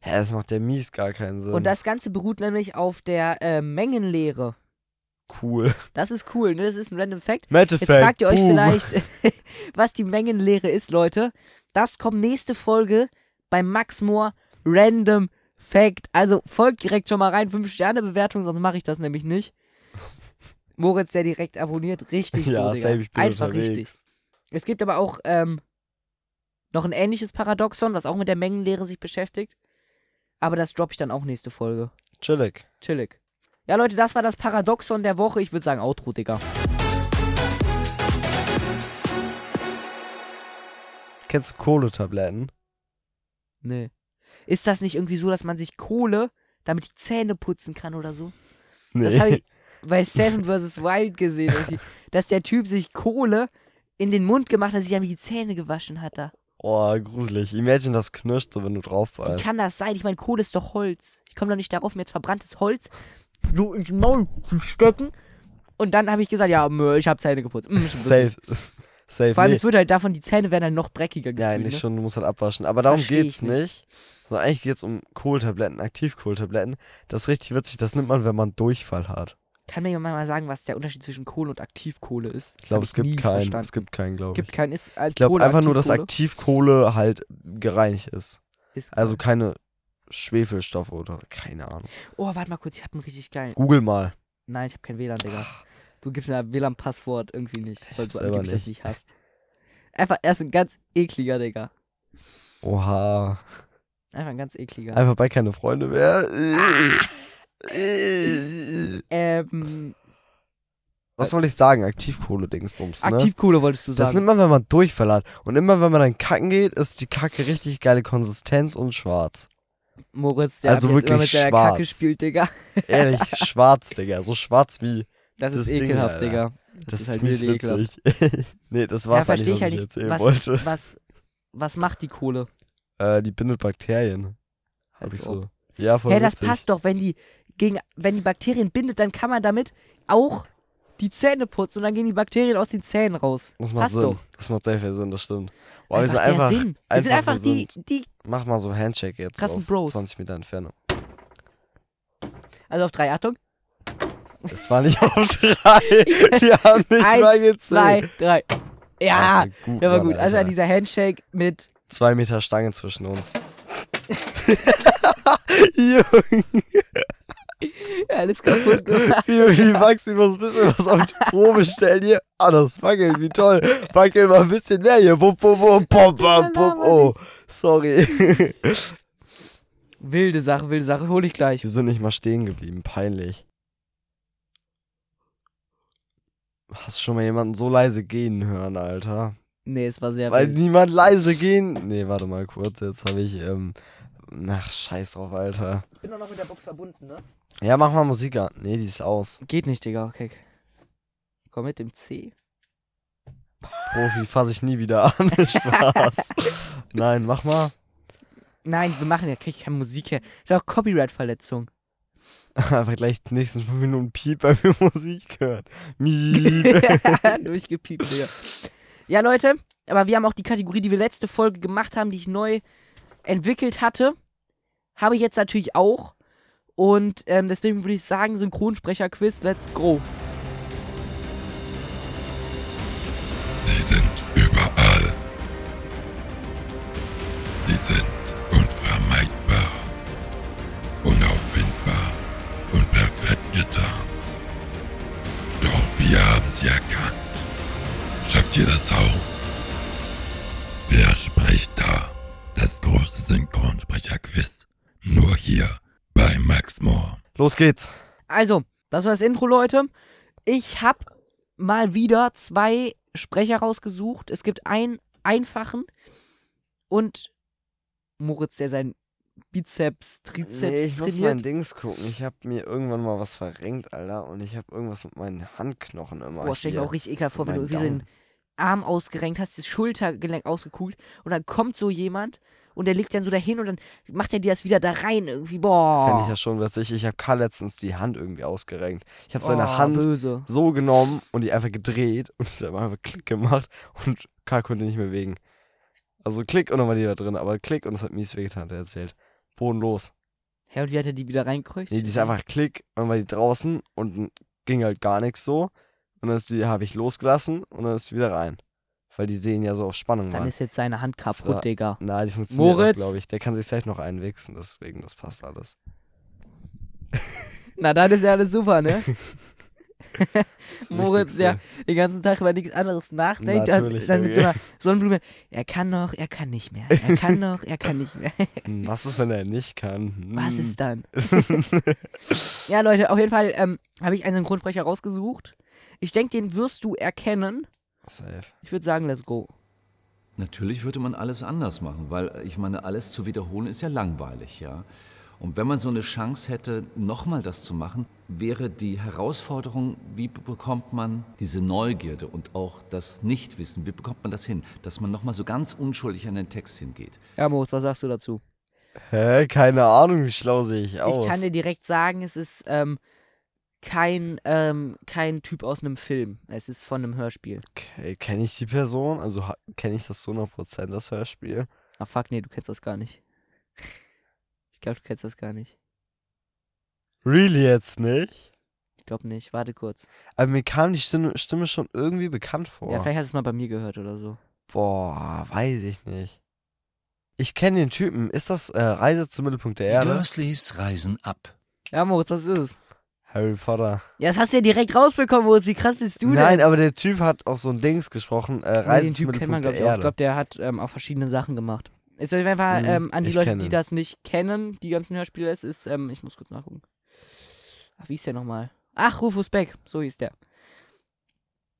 S1: hä, das macht ja mies gar keinen Sinn.
S2: Und das Ganze beruht nämlich auf der äh, Mengenlehre.
S1: cool.
S2: Das ist cool, ne? Das ist ein random Fact.
S1: Matter
S2: Jetzt
S1: fact,
S2: fragt ihr euch
S1: boom.
S2: vielleicht, was die Mengenlehre ist, Leute. Das kommt nächste Folge bei Max Moore Random Fact. Also folgt direkt schon mal rein. 5-Sterne-Bewertung, sonst mache ich das nämlich nicht. Moritz, der direkt abonniert, richtig
S1: Ja,
S2: so, Digga.
S1: safe, ich bin
S2: Einfach
S1: unterwegs.
S2: richtig. Es gibt aber auch ähm, noch ein ähnliches Paradoxon, was auch mit der Mengenlehre sich beschäftigt. Aber das droppe ich dann auch nächste Folge.
S1: Chillig.
S2: Chillig. Ja, Leute, das war das Paradoxon der Woche. Ich würde sagen, Outro, Digga.
S1: Kennst du Kohletabletten?
S2: Nee. Ist das nicht irgendwie so, dass man sich Kohle, damit die Zähne putzen kann oder so?
S1: Nee.
S2: Das habe ich bei Seven vs. Wild gesehen, irgendwie, dass der Typ sich Kohle in den Mund gemacht hat, sich damit die Zähne gewaschen hat da.
S1: Oh, gruselig. Imagine, das knirscht so, wenn du drauf
S2: Wie
S1: beißt.
S2: kann das sein? Ich meine, Kohle ist doch Holz. Ich komme doch nicht darauf, mir jetzt verbranntes Holz so ins Maul zu stecken. Und dann habe ich gesagt, ja, mö, ich habe Zähne geputzt. Mm, stimmt.
S1: Safe. Safe.
S2: Vor allem,
S1: nee.
S2: es wird halt davon, die Zähne werden dann noch dreckiger gefühlt.
S1: Ja, nicht
S2: ne?
S1: schon, du musst halt abwaschen. Aber darum
S2: Versteh ich
S1: geht's nicht. Sondern eigentlich geht's um Kohltabletten, Aktivkohltabletten. Das ist richtig witzig, das nimmt man, wenn man Durchfall hat.
S2: Kann mir jemand mal sagen, was der Unterschied zwischen Kohle und Aktivkohle ist?
S1: Ich glaube, es gibt keinen.
S2: Verstanden.
S1: Es gibt keinen, glaube ich.
S2: Gibt keinen. Ist äh,
S1: ich glaube einfach nur, dass Aktivkohle halt gereinigt ist.
S2: Ist
S1: Also keine Schwefelstoffe oder keine Ahnung.
S2: oh, warte mal kurz, ich hab einen richtig geilen.
S1: Google mal.
S2: Nein, ich hab kein WLAN, Digga. Du gibst mir ein WLAN-Passwort irgendwie nicht, weil
S1: hab's
S2: du
S1: selber
S2: angeblich das nicht hast. Einfach, er ist ein ganz ekliger, Digga.
S1: Oha.
S2: Einfach ein ganz ekliger.
S1: Einfach bei keine Freunde mehr.
S2: Ähm,
S1: Was soll ich sagen? Aktivkohle-Dingsbums, ne?
S2: Aktivkohle wolltest du
S1: Das
S2: sagen.
S1: nimmt man, wenn man Durchfall hat. Und immer, wenn man dann kacken geht, ist die Kacke richtig geile Konsistenz und schwarz.
S2: Moritz, der
S1: Also
S2: hat jetzt immer mit
S1: wirklich
S2: seiner Kacke
S1: schwarz.
S2: spielt, Digga.
S1: Ehrlich, schwarz, Digga. So schwarz wie.
S2: Das,
S1: Das
S2: ist
S1: Ding,
S2: ekelhaft,
S1: Alter.
S2: Digga.
S1: Das,
S2: ist
S1: ist
S2: halt
S1: mies
S2: wirklich ekelhaft.
S1: witzig. nee, das
S2: Ja,
S1: war's
S2: verstehe
S1: eigentlich, was ich
S2: ich halt nicht.
S1: erzählen
S2: Was,
S1: wollte.
S2: was, was macht die Kohle?
S1: Äh, die bindet Bakterien. Hab ich
S2: Als ob.
S1: so. Ja, voll
S2: Also. Hä, das
S1: witzig.
S2: passt doch, wenn die, gegen, wenn die Bakterien bindet, dann kann man damit auch die Zähne putzen und dann gehen die Bakterien aus den Zähnen raus.
S1: Das macht
S2: passt
S1: Sinn.
S2: doch.
S1: Das macht sehr viel Sinn, das stimmt. Boah, wir
S2: einfach
S1: sind
S2: der
S1: einfach.
S2: Sinn. Wir sind
S1: einfach
S2: einfach die, die,
S1: Mach mal so Handshake jetzt.
S2: Krassen
S1: auf
S2: Bros.
S1: 20 Meter Entfernung.
S2: also auf drei, Achtung.
S1: Das war nicht auf drei. Wir haben nicht
S2: Eins,
S1: mal gezählt.
S2: Zwei, drei. Ja,
S1: das war gut.
S2: der war
S1: Mann,
S2: gut. Also
S1: Alter.
S2: dieser Handshake mit,
S1: Zwei Meter Stange zwischen uns. Junge,
S2: alles kaputt gemacht.
S1: wie, wie Maxi muss ein bisschen was auf die Probe stellen hier. Ah, das wackelt, wie toll. Wackel mal ein bisschen mehr hier. Wupp, wupp, wupp, pop, pop, pop. Oh, sorry.
S2: Wilde Sache, wilde Sache, hol ich gleich.
S1: Wir sind nicht mal stehen geblieben. Peinlich. Hast du schon mal jemanden so leise gehen hören, Alter?
S2: Nee, es war sehr
S1: Weil
S2: wild.
S1: niemand leise gehen. Nee, warte mal kurz. Jetzt habe ich, ähm. Ach, scheiß drauf, Alter.
S2: Ich bin doch noch mit der Box verbunden, ne?
S1: Ja, mach mal Musik an. Nee, die ist aus.
S2: Geht nicht, Digga, okay. Komm mit dem C.
S1: Profi, fasse ich nie wieder an. Spaß. Nein, mach mal.
S2: Nein, wir machen ja, krieg ich keine Musik her. Das ist auch Copyright-Verletzung.
S1: Einfach gleich die nächsten fünf Minuten Piep, weil wir Musik hören. Miep.
S2: Durchgepiept, Digga. Ja, Leute, aber wir haben auch die Kategorie, die wir letzte Folge gemacht haben, die ich neu entwickelt hatte. Habe ich jetzt natürlich auch. Und ähm, deswegen würde ich sagen, Synchronsprecher-Quiz, let's go.
S4: Sie sind überall. Sie sind unvermeidbar, unauffindbar und perfekt getarnt. Doch wir haben sie erkannt. Schafft ihr das auch? Wer spricht da? Das große Synchronsprecher-Quiz. Nur hier bei Max Moore.
S1: Los geht's.
S2: Also, das war das Intro, Leute. Ich habe mal wieder zwei Sprecher rausgesucht. Es gibt einen einfachen und Moritz, der seinen Bizeps, Trizeps
S1: Nee, ich muss mein
S2: trainiert.
S1: Dings gucken. Ich habe mir irgendwann mal was verrenkt, Alter. Und ich habe irgendwas mit meinen Handknochen immer.
S2: Boah, stell ich
S1: hier.
S2: mir auch richtig ekelhaft vor, wenn du
S1: Mein
S2: irgendwie so den Arm ausgerenkt hast, das Schultergelenk ausgekugelt und dann kommt so jemand und der legt dann so dahin und dann macht er dir das wieder da rein irgendwie. Boah.
S1: Fände ich ja schon witzig. Ich habe Karl letztens die Hand irgendwie ausgerenkt. Ich habe seine
S2: oh,
S1: Hand
S2: böse.
S1: so genommen und die einfach gedreht und es hat einfach Klick gemacht und Karl konnte nicht mehr wegen. Also Klick und dann war die da drin, aber Klick und es hat mies wehgetan, hat er erzählt. Bodenlos.
S2: Hä, und wie hat er die wieder reingekreucht?
S1: Nee, die ist einfach Klick und dann war die draußen und dann ging halt gar nichts so. Und dann ist die, habe ich losgelassen und dann ist die wieder rein. Weil die sehen ja so auf Spannung
S2: Dann
S1: waren.
S2: ist jetzt seine Hand
S1: Das war-
S2: kaputt, Digga.
S1: Na, die funktioniert
S2: Moritz?
S1: glaube ich. Der kann sich safe noch einwichsen, deswegen, das passt alles.
S2: Na, dann ist ja alles super, ne?
S1: Das
S2: Moritz,
S1: Wichtigste.
S2: der den ganzen Tag über nichts anderes nachdenkt, dann-
S1: Natürlich,
S2: dann mit so
S1: Junge.
S2: einer Sonnenblume. Er kann noch, er kann nicht mehr. Er kann noch, er kann nicht mehr.
S1: Hm, Was ist, wenn er nicht kann? Hm.
S2: Was ist dann? ja, Leute, auf jeden Fall ähm, habe ich einen Synchronsprecher rausgesucht. Ich denke, den wirst du erkennen.
S1: Safe.
S2: Ich würde sagen, let's go.
S5: Natürlich würde man alles anders machen, weil äh, ich meine, alles zu wiederholen ist ja langweilig, ja. Und wenn man so eine Chance hätte, nochmal das zu machen, wäre die Herausforderung, wie be- bekommt man diese Neugierde und auch das Nichtwissen, wie bekommt man das hin, dass man nochmal so ganz unschuldig an den Text hingeht.
S2: Ja, Moritz, was sagst du dazu?
S1: Hä? Keine Ahnung, wie schlau sehe ich aus.
S2: Ich kann dir direkt sagen, es ist ähm, kein, ähm, kein Typ aus einem Film. Es ist von einem Hörspiel.
S1: Okay, kenne ich die Person? Also ha- kenne ich das zu 100% das Hörspiel?
S2: Ah, fuck, nee, du kennst das gar nicht. Ich glaube, du kennst das gar nicht.
S1: Really jetzt nicht?
S2: Ich glaube nicht. Warte kurz.
S1: Aber mir kam die Stimme, Stimme schon irgendwie bekannt vor.
S2: Ja, vielleicht hast du es mal bei mir gehört oder so.
S1: Boah, weiß ich nicht. Ich kenne den Typen. Ist das äh, Reise zum Mittelpunkt der
S5: Die
S1: Erde?
S5: Dursleys reisen ab.
S2: Ja, Moritz, was ist es?
S1: Harry Potter.
S2: Ja, das hast du ja direkt rausbekommen, Moritz. Wie krass bist du
S1: Nein,
S2: denn?
S1: aber der Typ hat auch so ein Dings gesprochen. Äh,
S2: Nee,
S1: Reise
S2: den
S1: zum
S2: Typ kennt man,
S1: Mittelpunkt
S2: glaube
S1: der
S2: ich, auch.
S1: Erde.
S2: Ich glaube, der hat ähm, auch verschiedene Sachen gemacht. Ist auf jeden Fall
S1: Mhm,
S2: ähm, an die
S1: ich
S2: Leute,
S1: kenn
S2: die
S1: ihn.
S2: das nicht kennen, die ganzen Hörspiele, es ist, ähm, ich muss kurz nachgucken. Ach, wie ist der nochmal? Ach, Rufus Beck, so hieß der.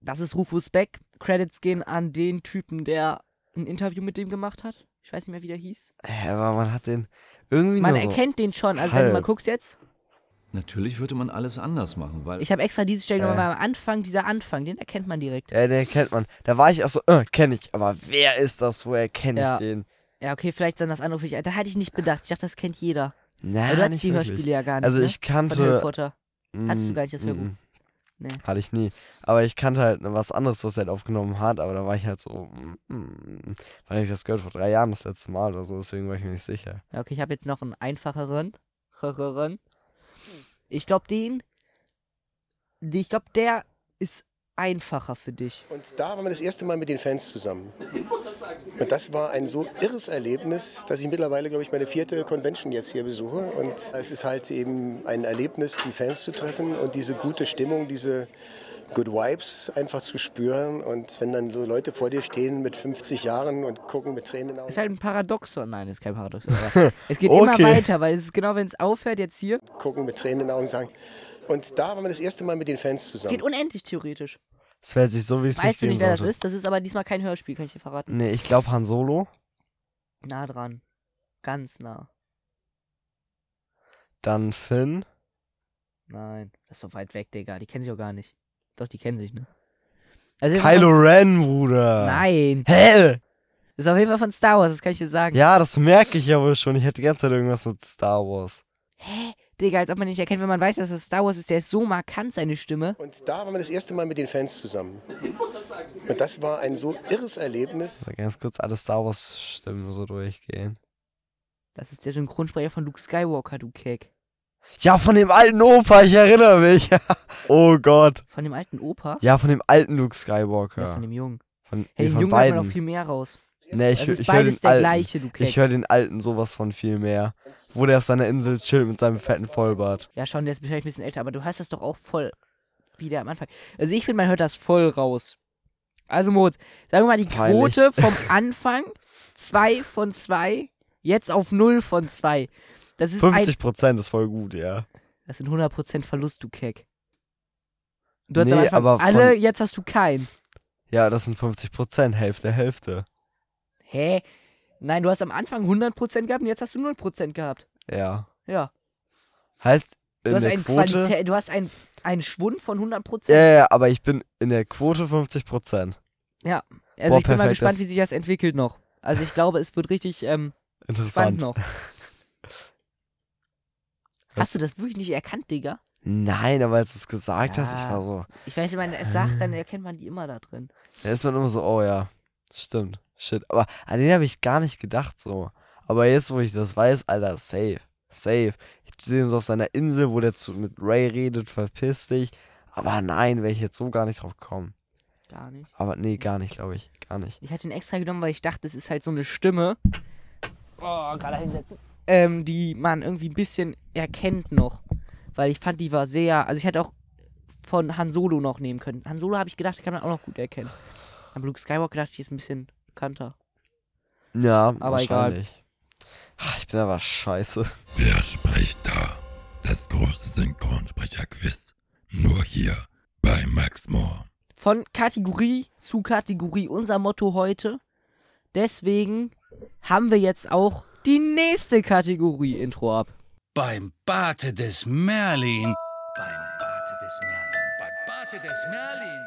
S2: Das ist Rufus Beck. Credits gehen an den Typen, der ein Interview mit dem gemacht hat. Ich weiß nicht mehr, wie der hieß.
S1: Hä, aber man hat den irgendwie
S2: Man
S1: nur so.
S2: erkennt den schon, also wenn du mal
S1: halb.
S2: guckst jetzt.
S5: Natürlich würde man alles anders machen, weil
S2: Ich habe extra diese Stelle
S1: Äh.
S2: nochmal am Anfang, dieser Anfang, den erkennt man direkt.
S1: Ja, den erkennt man. Da war ich auch so, äh, kenne ich. Aber wer ist das? Woher kenne
S2: Ja.
S1: ich den?
S2: Ja, okay, vielleicht sind das andere für dich. Da hatte ich nicht bedacht. Ich dachte, das kennt jeder.
S1: Na,
S2: Aber du
S1: nicht
S2: hattest Also, die
S1: wirklich.
S2: Hörspiele ja gar nicht.
S1: Also
S2: ne?
S1: ich
S2: Von Harry
S1: kannte
S2: Potter. Hattest du
S1: Mm,
S2: gar nicht das
S1: mm,
S2: Hörbuch?
S1: mm.
S2: Nee.
S1: Hatte ich nie. Aber ich kannte halt was anderes, was er halt aufgenommen hat, aber da war ich halt so, mm, mm, wann hab ich das gehört? Vor drei Jahren das letzte Mal oder so, deswegen war ich mir nicht sicher.
S2: Ja, okay, ich habe jetzt noch einen einfacheren. Chacheren. Ich glaube, den. Ich glaube, der ist einfacher für dich.
S6: Und da waren wir das erste Mal mit den Fans zusammen. Und das war ein so irres Erlebnis, dass ich mittlerweile, glaube ich, meine vierte Convention jetzt hier besuche. Und es ist halt eben ein Erlebnis, die Fans zu treffen und diese gute Stimmung, diese Good Vibes einfach zu spüren. Und wenn dann so Leute vor dir stehen mit 50 Jahren und gucken mit Tränen in den Augen.
S2: Ist halt ein Paradoxon. Nein, ist kein Paradoxon. Aber es geht immer
S1: Okay.
S2: weiter, weil es ist genau, wenn es aufhört jetzt hier.
S6: gucken mit Tränen in den Augen und sagen. Und da waren wir das erste Mal mit den Fans
S2: Es
S6: zusammen.
S2: geht unendlich theoretisch.
S1: Es fällt sich so, wie es nicht
S2: Weißt du
S1: geben
S2: nicht, wer das
S1: sollte.
S2: ist? Das ist aber diesmal kein Hörspiel, kann ich dir verraten.
S1: Nee, ich glaube Han Solo.
S2: Nah dran. Ganz nah.
S1: Dann Finn.
S2: Nein, das ist so weit weg, Digga. Die kennen sich auch gar nicht. Doch, die kennen sich, ne? Also auf jeden
S1: Kylo
S2: Fall von-
S1: Ren, Bruder.
S2: Nein.
S1: Hä?
S2: Das ist auf jeden Fall von Star Wars, das kann ich dir sagen.
S1: Ja, das merke ich ja wohl schon. Ich hätte die ganze Zeit irgendwas mit Star Wars.
S2: Hä? Digga, als ob man nicht erkennt, wenn man weiß, dass es Star Wars ist, der ist so markant, seine Stimme.
S6: Und da waren wir das erste Mal mit den Fans zusammen. Und das war ein so irres Erlebnis.
S1: Also ganz kurz alle Star Wars-Stimmen so durchgehen.
S2: Das ist der Synchronsprecher von Luke Skywalker, du Keck.
S1: Ja, von dem alten Opa, ich erinnere mich. oh Gott.
S2: Von dem alten Opa?
S1: Ja, von dem alten Luke
S2: Ja,
S1: Skywalker.
S2: von dem Jungen.
S1: Von, nee,
S2: Hey, dem
S1: von
S2: Jungen hört
S1: beiden.
S2: man auch viel mehr raus.
S1: nee, ich,
S2: Das
S1: hö-
S2: ist
S1: ich höre
S2: beides
S1: den
S2: der
S1: alten.
S2: gleiche, du
S1: Ich
S2: Keck.
S1: höre den alten sowas von viel mehr. Wo der auf seiner Insel chillt mit seinem fetten Vollbart.
S2: Ja, schon, der ist wahrscheinlich ein bisschen älter, aber du hast das doch auch voll wieder am Anfang. Also ich finde, man hört das voll raus. Also Moritz, sagen wir mal die
S1: Peinlich.
S2: Quote vom Anfang 2 von 2, jetzt auf 0 von 2. Das ist ein
S1: 50% ist voll gut, ja.
S2: Das sind 100% Verlust, du Keck. Du hast
S1: Nee,
S2: am Anfang
S1: aber von-
S2: alle, jetzt hast du keinen.
S1: Ja, das sind 50%, Hälfte, Hälfte.
S2: Hä? Nein, du hast am Anfang 100% gehabt und jetzt hast du 0% gehabt.
S1: Ja.
S2: Ja.
S1: Heißt, in
S2: Du hast,
S1: der
S2: einen
S1: Quote.
S2: Qualitä- du hast einen, einen Schwund von 100%.
S1: Ja, ja, ja, aber ich bin in der Quote 50%.
S2: also
S1: Äh, boah,
S2: ich bin mal
S1: perfekt,
S2: gespannt,
S1: das-
S2: wie sich das entwickelt noch. Also ich glaube, es wird richtig ähm, spannend
S1: Interessant.
S2: noch. Hast du das wirklich nicht erkannt, Digga?
S1: Nein, aber als du es gesagt hast, ich
S2: Ja.
S1: war so.
S2: Ich weiß, wenn man es sagt, dann erkennt man die immer da drin.
S1: Da ist man immer so, oh ja, stimmt, shit. Aber an den habe ich gar nicht gedacht so. Aber jetzt, wo ich das weiß, Alter, safe, safe. Ich sehe ihn so auf seiner Insel, wo der zu, mit Ray redet, verpiss dich. Aber nein, wäre ich jetzt so gar nicht drauf gekommen.
S2: Gar nicht.
S1: Aber nee, gar nicht, glaube ich. Gar nicht.
S2: Ich hatte ihn extra genommen, weil ich dachte, es ist halt so eine Stimme. Oh, gerade hinsetzen. Ähm, die man irgendwie ein bisschen erkennt noch. Weil ich fand, die war sehr. Also ich hätte auch von Han Solo noch nehmen können. Han Solo habe ich gedacht, kann man auch noch gut erkennen. Aber Luke Skywalker dachte ich, ist ein bisschen bekannter.
S1: Ja,
S2: Aber egal.
S1: wahrscheinlich. Ah, Ich bin aber scheiße.
S4: Wer spricht da? Das große Synchronsprecherquiz. Nur hier bei Max Moore.
S2: Von Kategorie zu Kategorie unser Motto heute. Deswegen haben wir jetzt auch die nächste Kategorie Intro ab.
S7: Beim Bate des Merlin. Beim Bate des Merlin. Beim Bate des Merlin.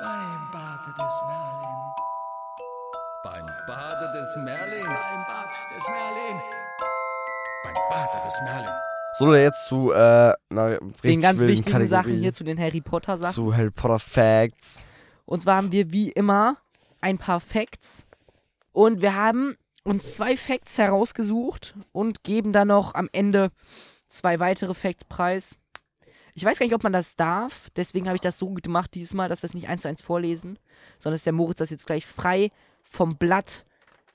S7: Beim Bate des Merlin. Beim Bade des Merlin. Beim Bate des Merlin. Beim Bate des Merlin.
S1: So, jetzt zu äh, einer richtig
S2: Den ganz
S1: wilden
S2: wichtigen
S1: Kategorie.
S2: Sachen hier zu den Harry Potter Sachen.
S1: zu Harry Potter Facts.
S2: Und zwar haben wir wie immer ein paar Facts. Und wir haben uns zwei Facts herausgesucht und geben dann noch am Ende zwei weitere Facts preis. Ich weiß gar nicht, ob man das darf. Deswegen habe ich das so gemacht diesmal, dass wir es nicht eins zu eins vorlesen, sondern dass der Moritz das jetzt gleich frei vom Blatt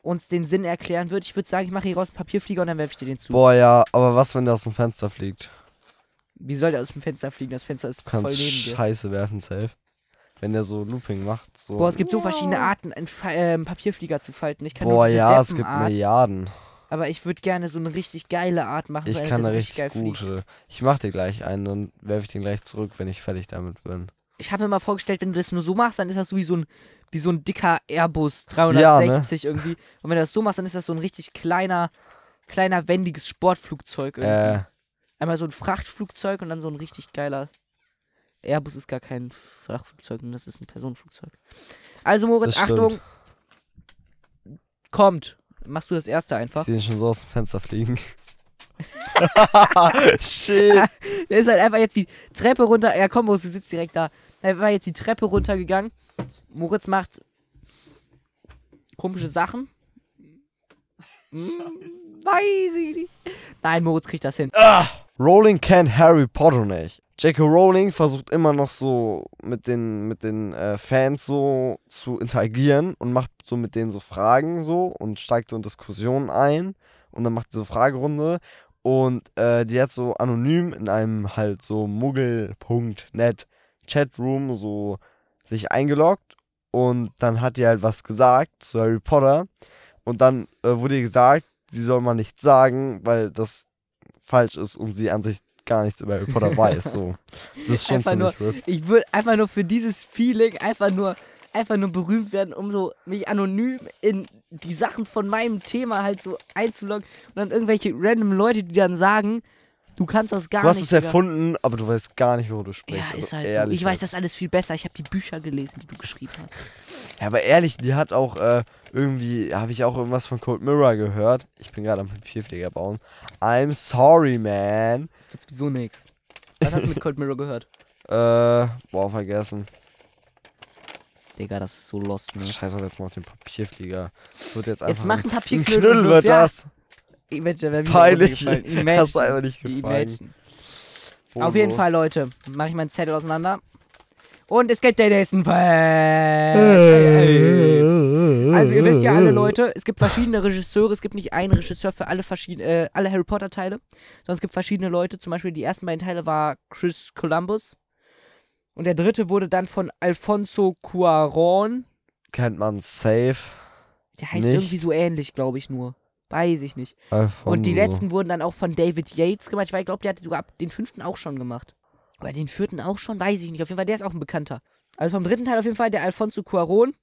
S2: uns den Sinn erklären wird. Ich würde sagen, ich mache hier raus einen Papierflieger und dann werfe ich dir den zu.
S1: Boah, ja, aber was, wenn der aus dem Fenster fliegt?
S2: Wie soll der aus dem Fenster fliegen? Das Fenster ist
S1: Du
S2: voll
S1: kannst
S2: neben dir.
S1: Scheiße werfen, safe. Wenn der so Looping macht. So.
S2: Boah, es gibt so verschiedene Arten, einen Fa- äh, einen Papierflieger zu falten. Ich kann nur
S1: Boah,
S2: diese
S1: ja, es gibt
S2: Deppenart.
S1: Milliarden.
S2: Aber ich würde gerne so eine richtig geile Art machen.
S1: Ich
S2: weil
S1: kann
S2: das
S1: da richtig
S2: geil fliegt.
S1: gute. Ich mach dir gleich einen, dann werfe ich den gleich zurück, wenn ich fertig damit bin.
S2: ich habe mir mal vorgestellt, wenn du das nur so machst, dann ist das so wie so ein, wie so ein dicker Airbus
S1: ne?
S2: 360 irgendwie. Und wenn du das so machst, dann ist das so ein richtig kleiner, kleiner, wendiges Sportflugzeug irgendwie.
S1: Äh,
S2: Einmal so ein Frachtflugzeug und dann so ein richtig geiler. Airbus ist gar kein Frachtflugzeug, und das ist ein Personenflugzeug. Also Moritz,
S1: Das stimmt.
S2: Achtung. Kommt. Machst du das erste
S1: ich
S2: einfach.
S1: sehe ihn schon so aus dem Fenster fliegen. Shit.
S2: Der ist halt einfach jetzt die Treppe runter. Ja, komm, Moritz, du sitzt direkt da. Er war jetzt die Treppe runtergegangen. Moritz macht komische Sachen. Hm, weiß ich nicht. Nein, Moritz kriegt das hin.
S1: Rowling kennt Harry Potter nicht. J.K. Rowling versucht immer noch so mit den, mit den äh, Fans so zu interagieren und macht so mit denen so Fragen so und steigt so in Diskussionen ein und dann macht sie so Fragerunde und äh, die hat so anonym in einem halt so muggel.net Chatroom so sich eingeloggt und dann hat die halt was gesagt zu Harry Potter und dann äh, wurde ihr gesagt, sie soll mal nichts sagen, weil das falsch ist und sie an sich gar nichts über Harry Potter weiß. So. Das ist schon
S2: Einfach
S1: ziemlich weird.
S2: Ich würde einfach nur für dieses Feeling einfach nur, einfach nur berühmt werden, um so mich anonym in die Sachen von meinem Thema halt so einzuloggen und dann irgendwelche random Leute, die dann sagen, du kannst das gar
S1: Du hast
S2: nicht.
S1: es
S2: Digga.
S1: erfunden, aber du weißt gar nicht, worüber du
S2: Ja,
S1: sprichst.
S2: ist
S1: also
S2: halt so.
S1: ehrlich
S2: Ich weiß das alles viel besser. Ich habe die Bücher gelesen, die du geschrieben hast.
S1: Ja, aber ehrlich, die hat auch äh, irgendwie, habe ich auch irgendwas von Cold Mirror gehört. Ich bin gerade am Papierflieger bauen. I'm sorry, man.
S2: Das wird sowieso nix. Was hast du mit Cold Mirror gehört?
S1: Äh, boah, vergessen.
S2: Digga, das ist so lost, ne?
S1: Scheiß auf jetzt mal auf den Papierflieger. Das wird jetzt einfach.
S2: Jetzt mach einen
S1: ein
S2: Papierknüll.
S1: Knüll
S2: und
S1: wird
S2: wirf- ja,
S1: das.
S2: Imagine, wär wieder
S1: Peinlich.
S2: runtergefallen. Imagine.
S1: Hast du einfach nicht gefallen. Oh,
S2: Imagine. Auf jeden
S1: Wohnlos.
S2: Fall, Leute, mache ich meinen Zettel auseinander. Und es gibt den nächsten Fall.
S1: Äh.
S2: Also ihr wisst ja alle Leute, es gibt verschiedene Regisseure, es gibt nicht einen Regisseur für alle verschiedene, äh, alle Harry Potter Teile, sondern es gibt verschiedene Leute. Zum Beispiel die ersten beiden Teile war Chris Columbus und der dritte wurde dann von Alfonso Cuarón.
S1: Kennt man safe.
S2: Der heißt
S1: Nicht?
S2: irgendwie so ähnlich, glaube ich nur. Weiß ich nicht. Und
S1: Alfonso.
S2: die letzten wurden dann auch von David Yates gemacht. Ich weiß, ich glaube, der hat sogar ab den fünften auch schon gemacht. Oder den vierten auch schon, weiß ich nicht. Auf jeden Fall, der ist auch ein Bekannter. Also vom dritten Teil auf jeden Fall, der Alfonso Cuaron.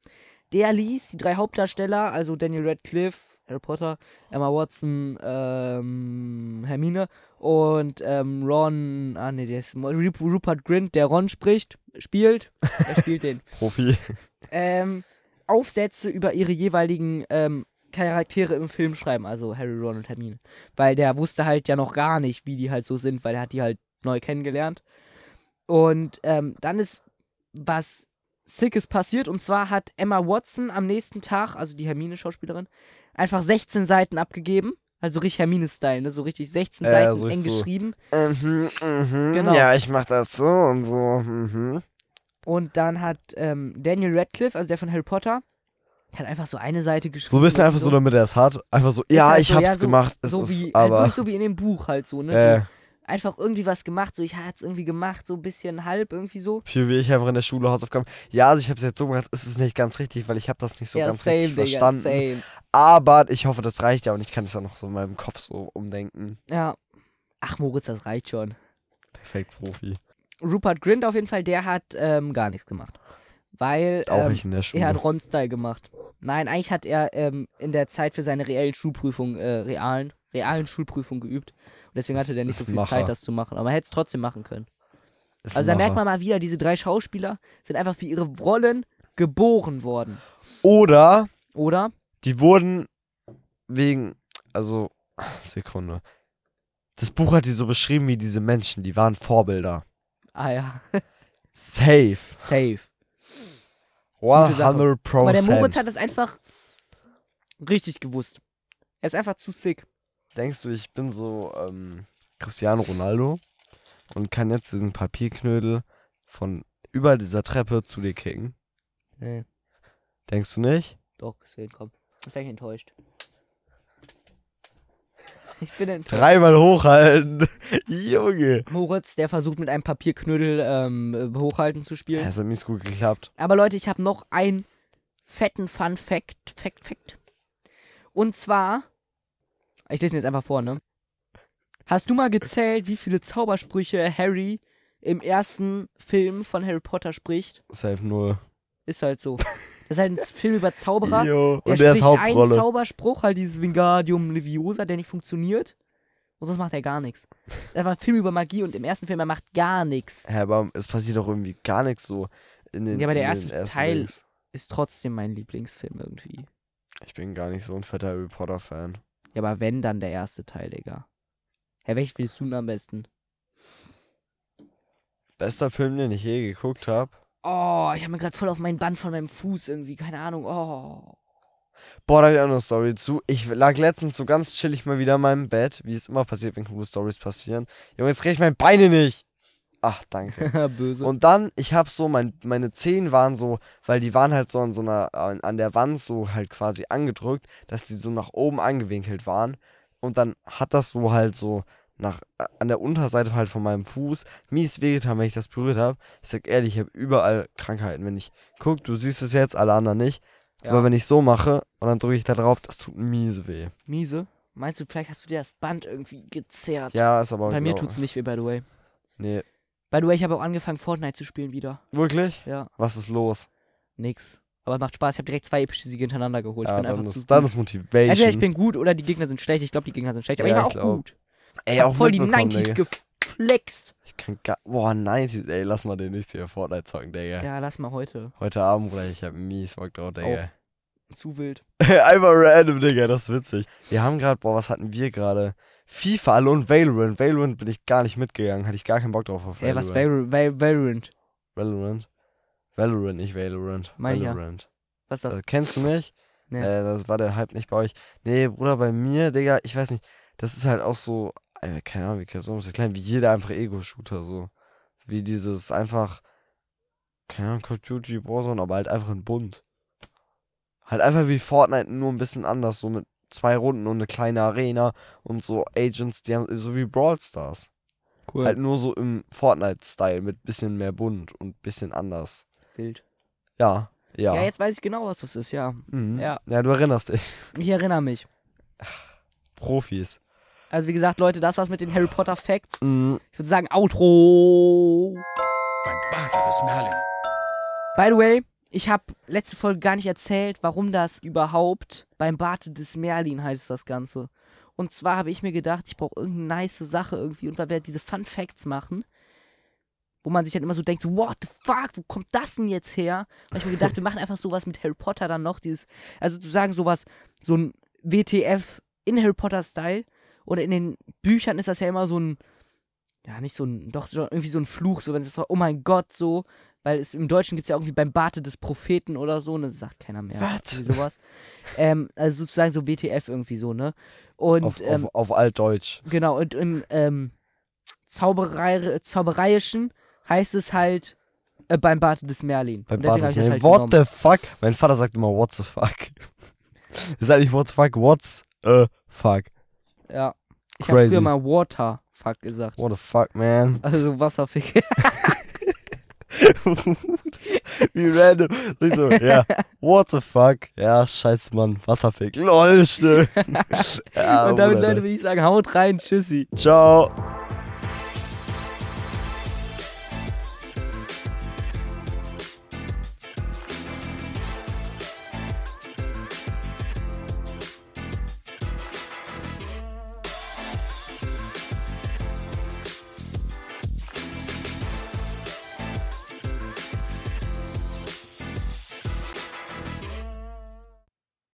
S2: Der ließ die drei Hauptdarsteller, also Daniel Radcliffe, Harry Potter, Emma Watson, ähm, Hermine und ähm, Ron, ah ne, der ist Ru- Rupert Grint, der Ron spricht, spielt, er spielt den
S1: Profi.
S2: ähm, Aufsätze über ihre jeweiligen ähm, Charaktere im Film schreiben, also Harry, Ron und Hermine. Weil der wusste halt ja noch gar nicht, wie die halt so sind, weil er hat die halt neu kennengelernt. Und ähm, dann ist was Sickes passiert und zwar hat Emma Watson am nächsten Tag, also die Hermine-Schauspielerin, einfach 16 Seiten abgegeben. Also richtig Hermine-Style, ne? so richtig 16
S1: Ja, ja,
S2: Seiten
S1: so
S2: eng
S1: richtig so.
S2: geschrieben.
S1: Mhm, mhm.
S2: Genau.
S1: Ja, ich mach das so und so. Mhm.
S2: Und dann hat ähm, Daniel Radcliffe, also der von Harry Potter, hat einfach so eine Seite geschrieben.
S1: So ein bisschen
S2: und
S1: einfach so, damit er es hat. Einfach so,
S2: Ist
S1: ja,
S2: halt
S1: ich
S2: so,
S1: hab's
S2: ja, so-
S1: gemacht. Es
S2: so
S1: ist
S2: wie, halt
S1: aber.
S2: wirklich so wie in dem Buch halt so, ne?
S1: Äh,
S2: So einfach irgendwie was gemacht, so ich hat's irgendwie gemacht, so ein bisschen halb irgendwie so.
S1: viel wie ich einfach in der Schule Hausaufgaben. Ja, also ich hab's jetzt so gemacht, es ist nicht ganz richtig, weil ich hab das nicht so ganz richtig verstanden.
S2: same.
S1: Aber ich hoffe, das reicht ja und ich kann es ja noch so in meinem Kopf so umdenken.
S2: Ja. Ach, Moritz, das reicht schon.
S1: Perfekt, Profi.
S2: Rupert Grint auf jeden Fall, der hat ähm, gar nichts gemacht. Weil
S1: Auch
S2: ähm,
S1: ich in der
S2: er
S1: Schule.
S2: hat Ron-Style gemacht. Nein, eigentlich hat er ähm, in der Zeit für seine reellen Schulprüfung, äh, realen, realen Schulprüfung geübt. Und deswegen
S1: Ist-
S2: hatte der nicht so
S1: ist
S2: viel
S1: Macher.
S2: Zeit, das zu machen. Aber er hätte es trotzdem machen können.
S1: Ist ein
S2: Also da merkt
S1: Macher.
S2: man mal wieder, diese drei Schauspieler sind einfach für ihre Rollen geboren worden.
S1: Oder
S2: Oder?
S1: die wurden wegen. Also, Sekunde. Das Buch hat die so beschrieben wie diese Menschen, die waren Vorbilder.
S2: Ah ja,
S1: Safe.
S2: safe. Sache.
S1: 100
S2: Aber der Moritz
S1: Prozent.
S2: hat das einfach richtig gewusst. Er ist einfach zu sick.
S1: Denkst du, ich bin so ähm, Cristiano Ronaldo und kann jetzt diesen Papierknödel von über dieser Treppe zu dir kicken?
S2: Nee.
S1: Denkst du nicht?
S2: Doch, deswegen komm. Ich bin enttäuscht. Ich bin enttäuscht.
S1: Dreimal hochhalten. Junge.
S2: Moritz, der versucht mit einem Papierknödel ähm, hochhalten zu
S1: Ja,
S2: spielen.
S1: das hat mies gut geklappt.
S2: Aber Leute, ich habe noch einen fetten Fun Fact. Fact, Fact. Und zwar, ich lese ihn jetzt einfach vor, ne? Hast du mal gezählt, wie viele Zaubersprüche Harry im ersten Film von Harry Potter spricht,
S1: Safe null.
S2: ist halt so. Das ist halt ein Film über Zauberer.
S1: Jo.
S2: Der
S1: Und der ist
S2: spricht einen
S1: Hauptrolle.
S2: Zauberspruch, halt dieses Wingardium Leviosa, der nicht funktioniert. Und sonst macht er gar nichts. Das war ein Film über Magie und im ersten Film, er macht gar nichts.
S1: Herr Baum, es passiert doch irgendwie gar nichts so. In den,
S2: Ja, aber der
S1: in
S2: erste
S1: den ersten
S2: Teil-
S1: Dings.
S2: Ist trotzdem mein Lieblingsfilm irgendwie.
S1: Ich bin gar nicht so ein fetter Harry Potter-Fan.
S2: Ja, aber wenn, dann der erste Teil, Digga. Herr, welchen willst du denn am besten?
S1: Bester Film, den ich je geguckt habe.
S2: Oh, ich habe mir gerade voll auf meinen Band von meinem Fuß irgendwie, keine Ahnung. Oh.
S1: Boah, da hab ich auch noch eine Story zu. Ich lag letztens so ganz chillig mal wieder in meinem Bett, wie es immer passiert, wenn coole Stories passieren. Junge, jetzt krieg ich meine Beine nicht. Ach, danke.
S2: Böse.
S1: Und dann, ich hab so, mein, meine Zehen waren so, weil die waren halt so an so einer, an, an der Wand so halt quasi angedrückt, dass die so nach oben angewinkelt waren. Und dann hat das so halt so nach, äh, an der Unterseite halt von meinem Fuß mies wehgetan, wenn ich das berührt habe. Ich sag ehrlich, ich habe überall Krankheiten. Wenn ich, guck, du siehst es jetzt, alle anderen nicht.
S2: Ja.
S1: Aber wenn ich so mache und dann drücke ich da drauf, das tut miese weh.
S2: Miese. Meinst du, vielleicht hast du dir das Band irgendwie gezerrt?
S1: Ja, ist aber
S2: Bei mir
S1: glaub-
S2: tut's nicht weh, by the way.
S1: Nee,
S2: By the way, ich habe auch angefangen, Fortnite zu spielen wieder.
S1: wirklich?
S2: Ja,
S1: Was ist los?
S2: nix. Aber macht Spaß. Ich habe direkt zwei epische Siege hintereinander geholt.
S1: Ja,
S2: ich bin
S1: dann,
S2: einfach zu
S1: ist, dann
S2: gut.
S1: ist Motivation.
S2: Entweder ich bin gut oder die Gegner sind schlecht. Ich glaube, die Gegner sind schlecht. Aber
S1: Ja,
S2: ich war
S1: ich
S2: auch
S1: glaub.
S2: gut.
S1: Ey,
S2: Ich hab voll die
S1: mitbekommen,
S2: 90s
S1: Digga.
S2: geflext.
S1: Ich kann gar. Boah, 90s, ey, lass mal den nächsten hier Fortnite zocken, Digga.
S2: Ja, lass mal heute.
S1: Heute Abend, Bruder, ich hab mies Bock drauf,
S2: Oh.
S1: Digga.
S2: Zu wild.
S1: Einfach random, Digga, das ist witzig. Wir haben gerade, boah, was hatten wir gerade? FIFA alle und Valorant. Valorant bin ich gar nicht mitgegangen, hatte ich gar keinen Bock drauf auf
S2: Ey,
S1: Valorant.
S2: was Valorant? Val Valorant.
S1: Valorant? Valorant, nicht Valorant.
S2: Mein ich ja.
S1: Valorant.
S2: Was ist das?
S1: Das Also, kennst du nicht?
S2: Nee.
S1: Äh, das war der Hype nicht bei euch. Nee, Bruder, bei mir, Digga, ich weiß nicht. Das ist halt auch so, äh, keine Ahnung, wie kann so klein, wie jeder einfach Ego-Shooter, so. Wie dieses einfach, keine Ahnung, Call of Duty, Warzone, aber halt einfach in bunt. Halt einfach wie Fortnite, nur ein bisschen anders, so mit zwei Runden und eine kleine Arena und so Agents, die haben, so wie Brawl Stars.
S2: Cool.
S1: Halt nur so im Fortnite-Style mit bisschen mehr bunt und bisschen anders.
S2: wild.
S1: Ja, ja.
S2: Ja. jetzt weiß ich genau, was das ist, ja.
S1: mhm.
S2: ja.
S1: ja, du erinnerst dich.
S2: Ich erinnere mich.
S1: Profis.
S2: Also wie gesagt, Leute, das war's mit den Harry Potter Facts.
S1: Mhm.
S2: Ich würde sagen, Outro.
S7: beim Bade des Merlin.
S2: By the way, ich habe letzte Folge gar nicht erzählt, warum das überhaupt beim Bate des Merlin heißt das Ganze. Und zwar habe ich mir gedacht, ich brauche irgendeine nice Sache irgendwie und weil wir diese Fun Facts machen, wo man sich dann immer so denkt, so, what the fuck, wo kommt das denn jetzt her? Und ich mir gedacht, wir machen einfach sowas mit Harry Potter dann noch, dieses, also zu sagen sowas, so ein WTF in Harry Potter Style oder in den Büchern ist das ja immer so ein, ja nicht so ein, doch so- irgendwie so ein Fluch, so wenn es so, oh mein Gott, so, weil es im Deutschen gibt es ja irgendwie beim Barte des Propheten oder so, ne, das sagt keiner mehr.
S1: Was?
S2: Irgendwie Sowas. ähm, also sozusagen so WTF irgendwie so, ne? Und
S1: auf,
S2: ähm,
S1: auf, auf Altdeutsch.
S2: genau, und im ähm, Zauberei, Zaubereiischen heißt es halt äh, beim Barte des Merlin.
S1: Bei
S2: Und deswegen
S1: Bartes
S2: hab ich das
S1: Mail.
S2: halt
S1: what
S2: genommen.
S1: the fuck? Mein Vater sagt immer, what the fuck? Ist eigentlich what the fuck, what's äh, fuck.
S2: Ja. Ich habe
S1: Crazy.
S2: früher mal Waterfuck gesagt.
S1: What the fuck, man?
S2: Also Wasserfick.
S1: Wie random. So, Ich so, ja, what the fuck? Ja, scheiß Mann, Wasserfick. Lol, still. ja,
S2: und damit,
S1: Ah, Bruder.
S2: Leute, würde ich sagen, haut rein, tschüssi.
S1: Ciao.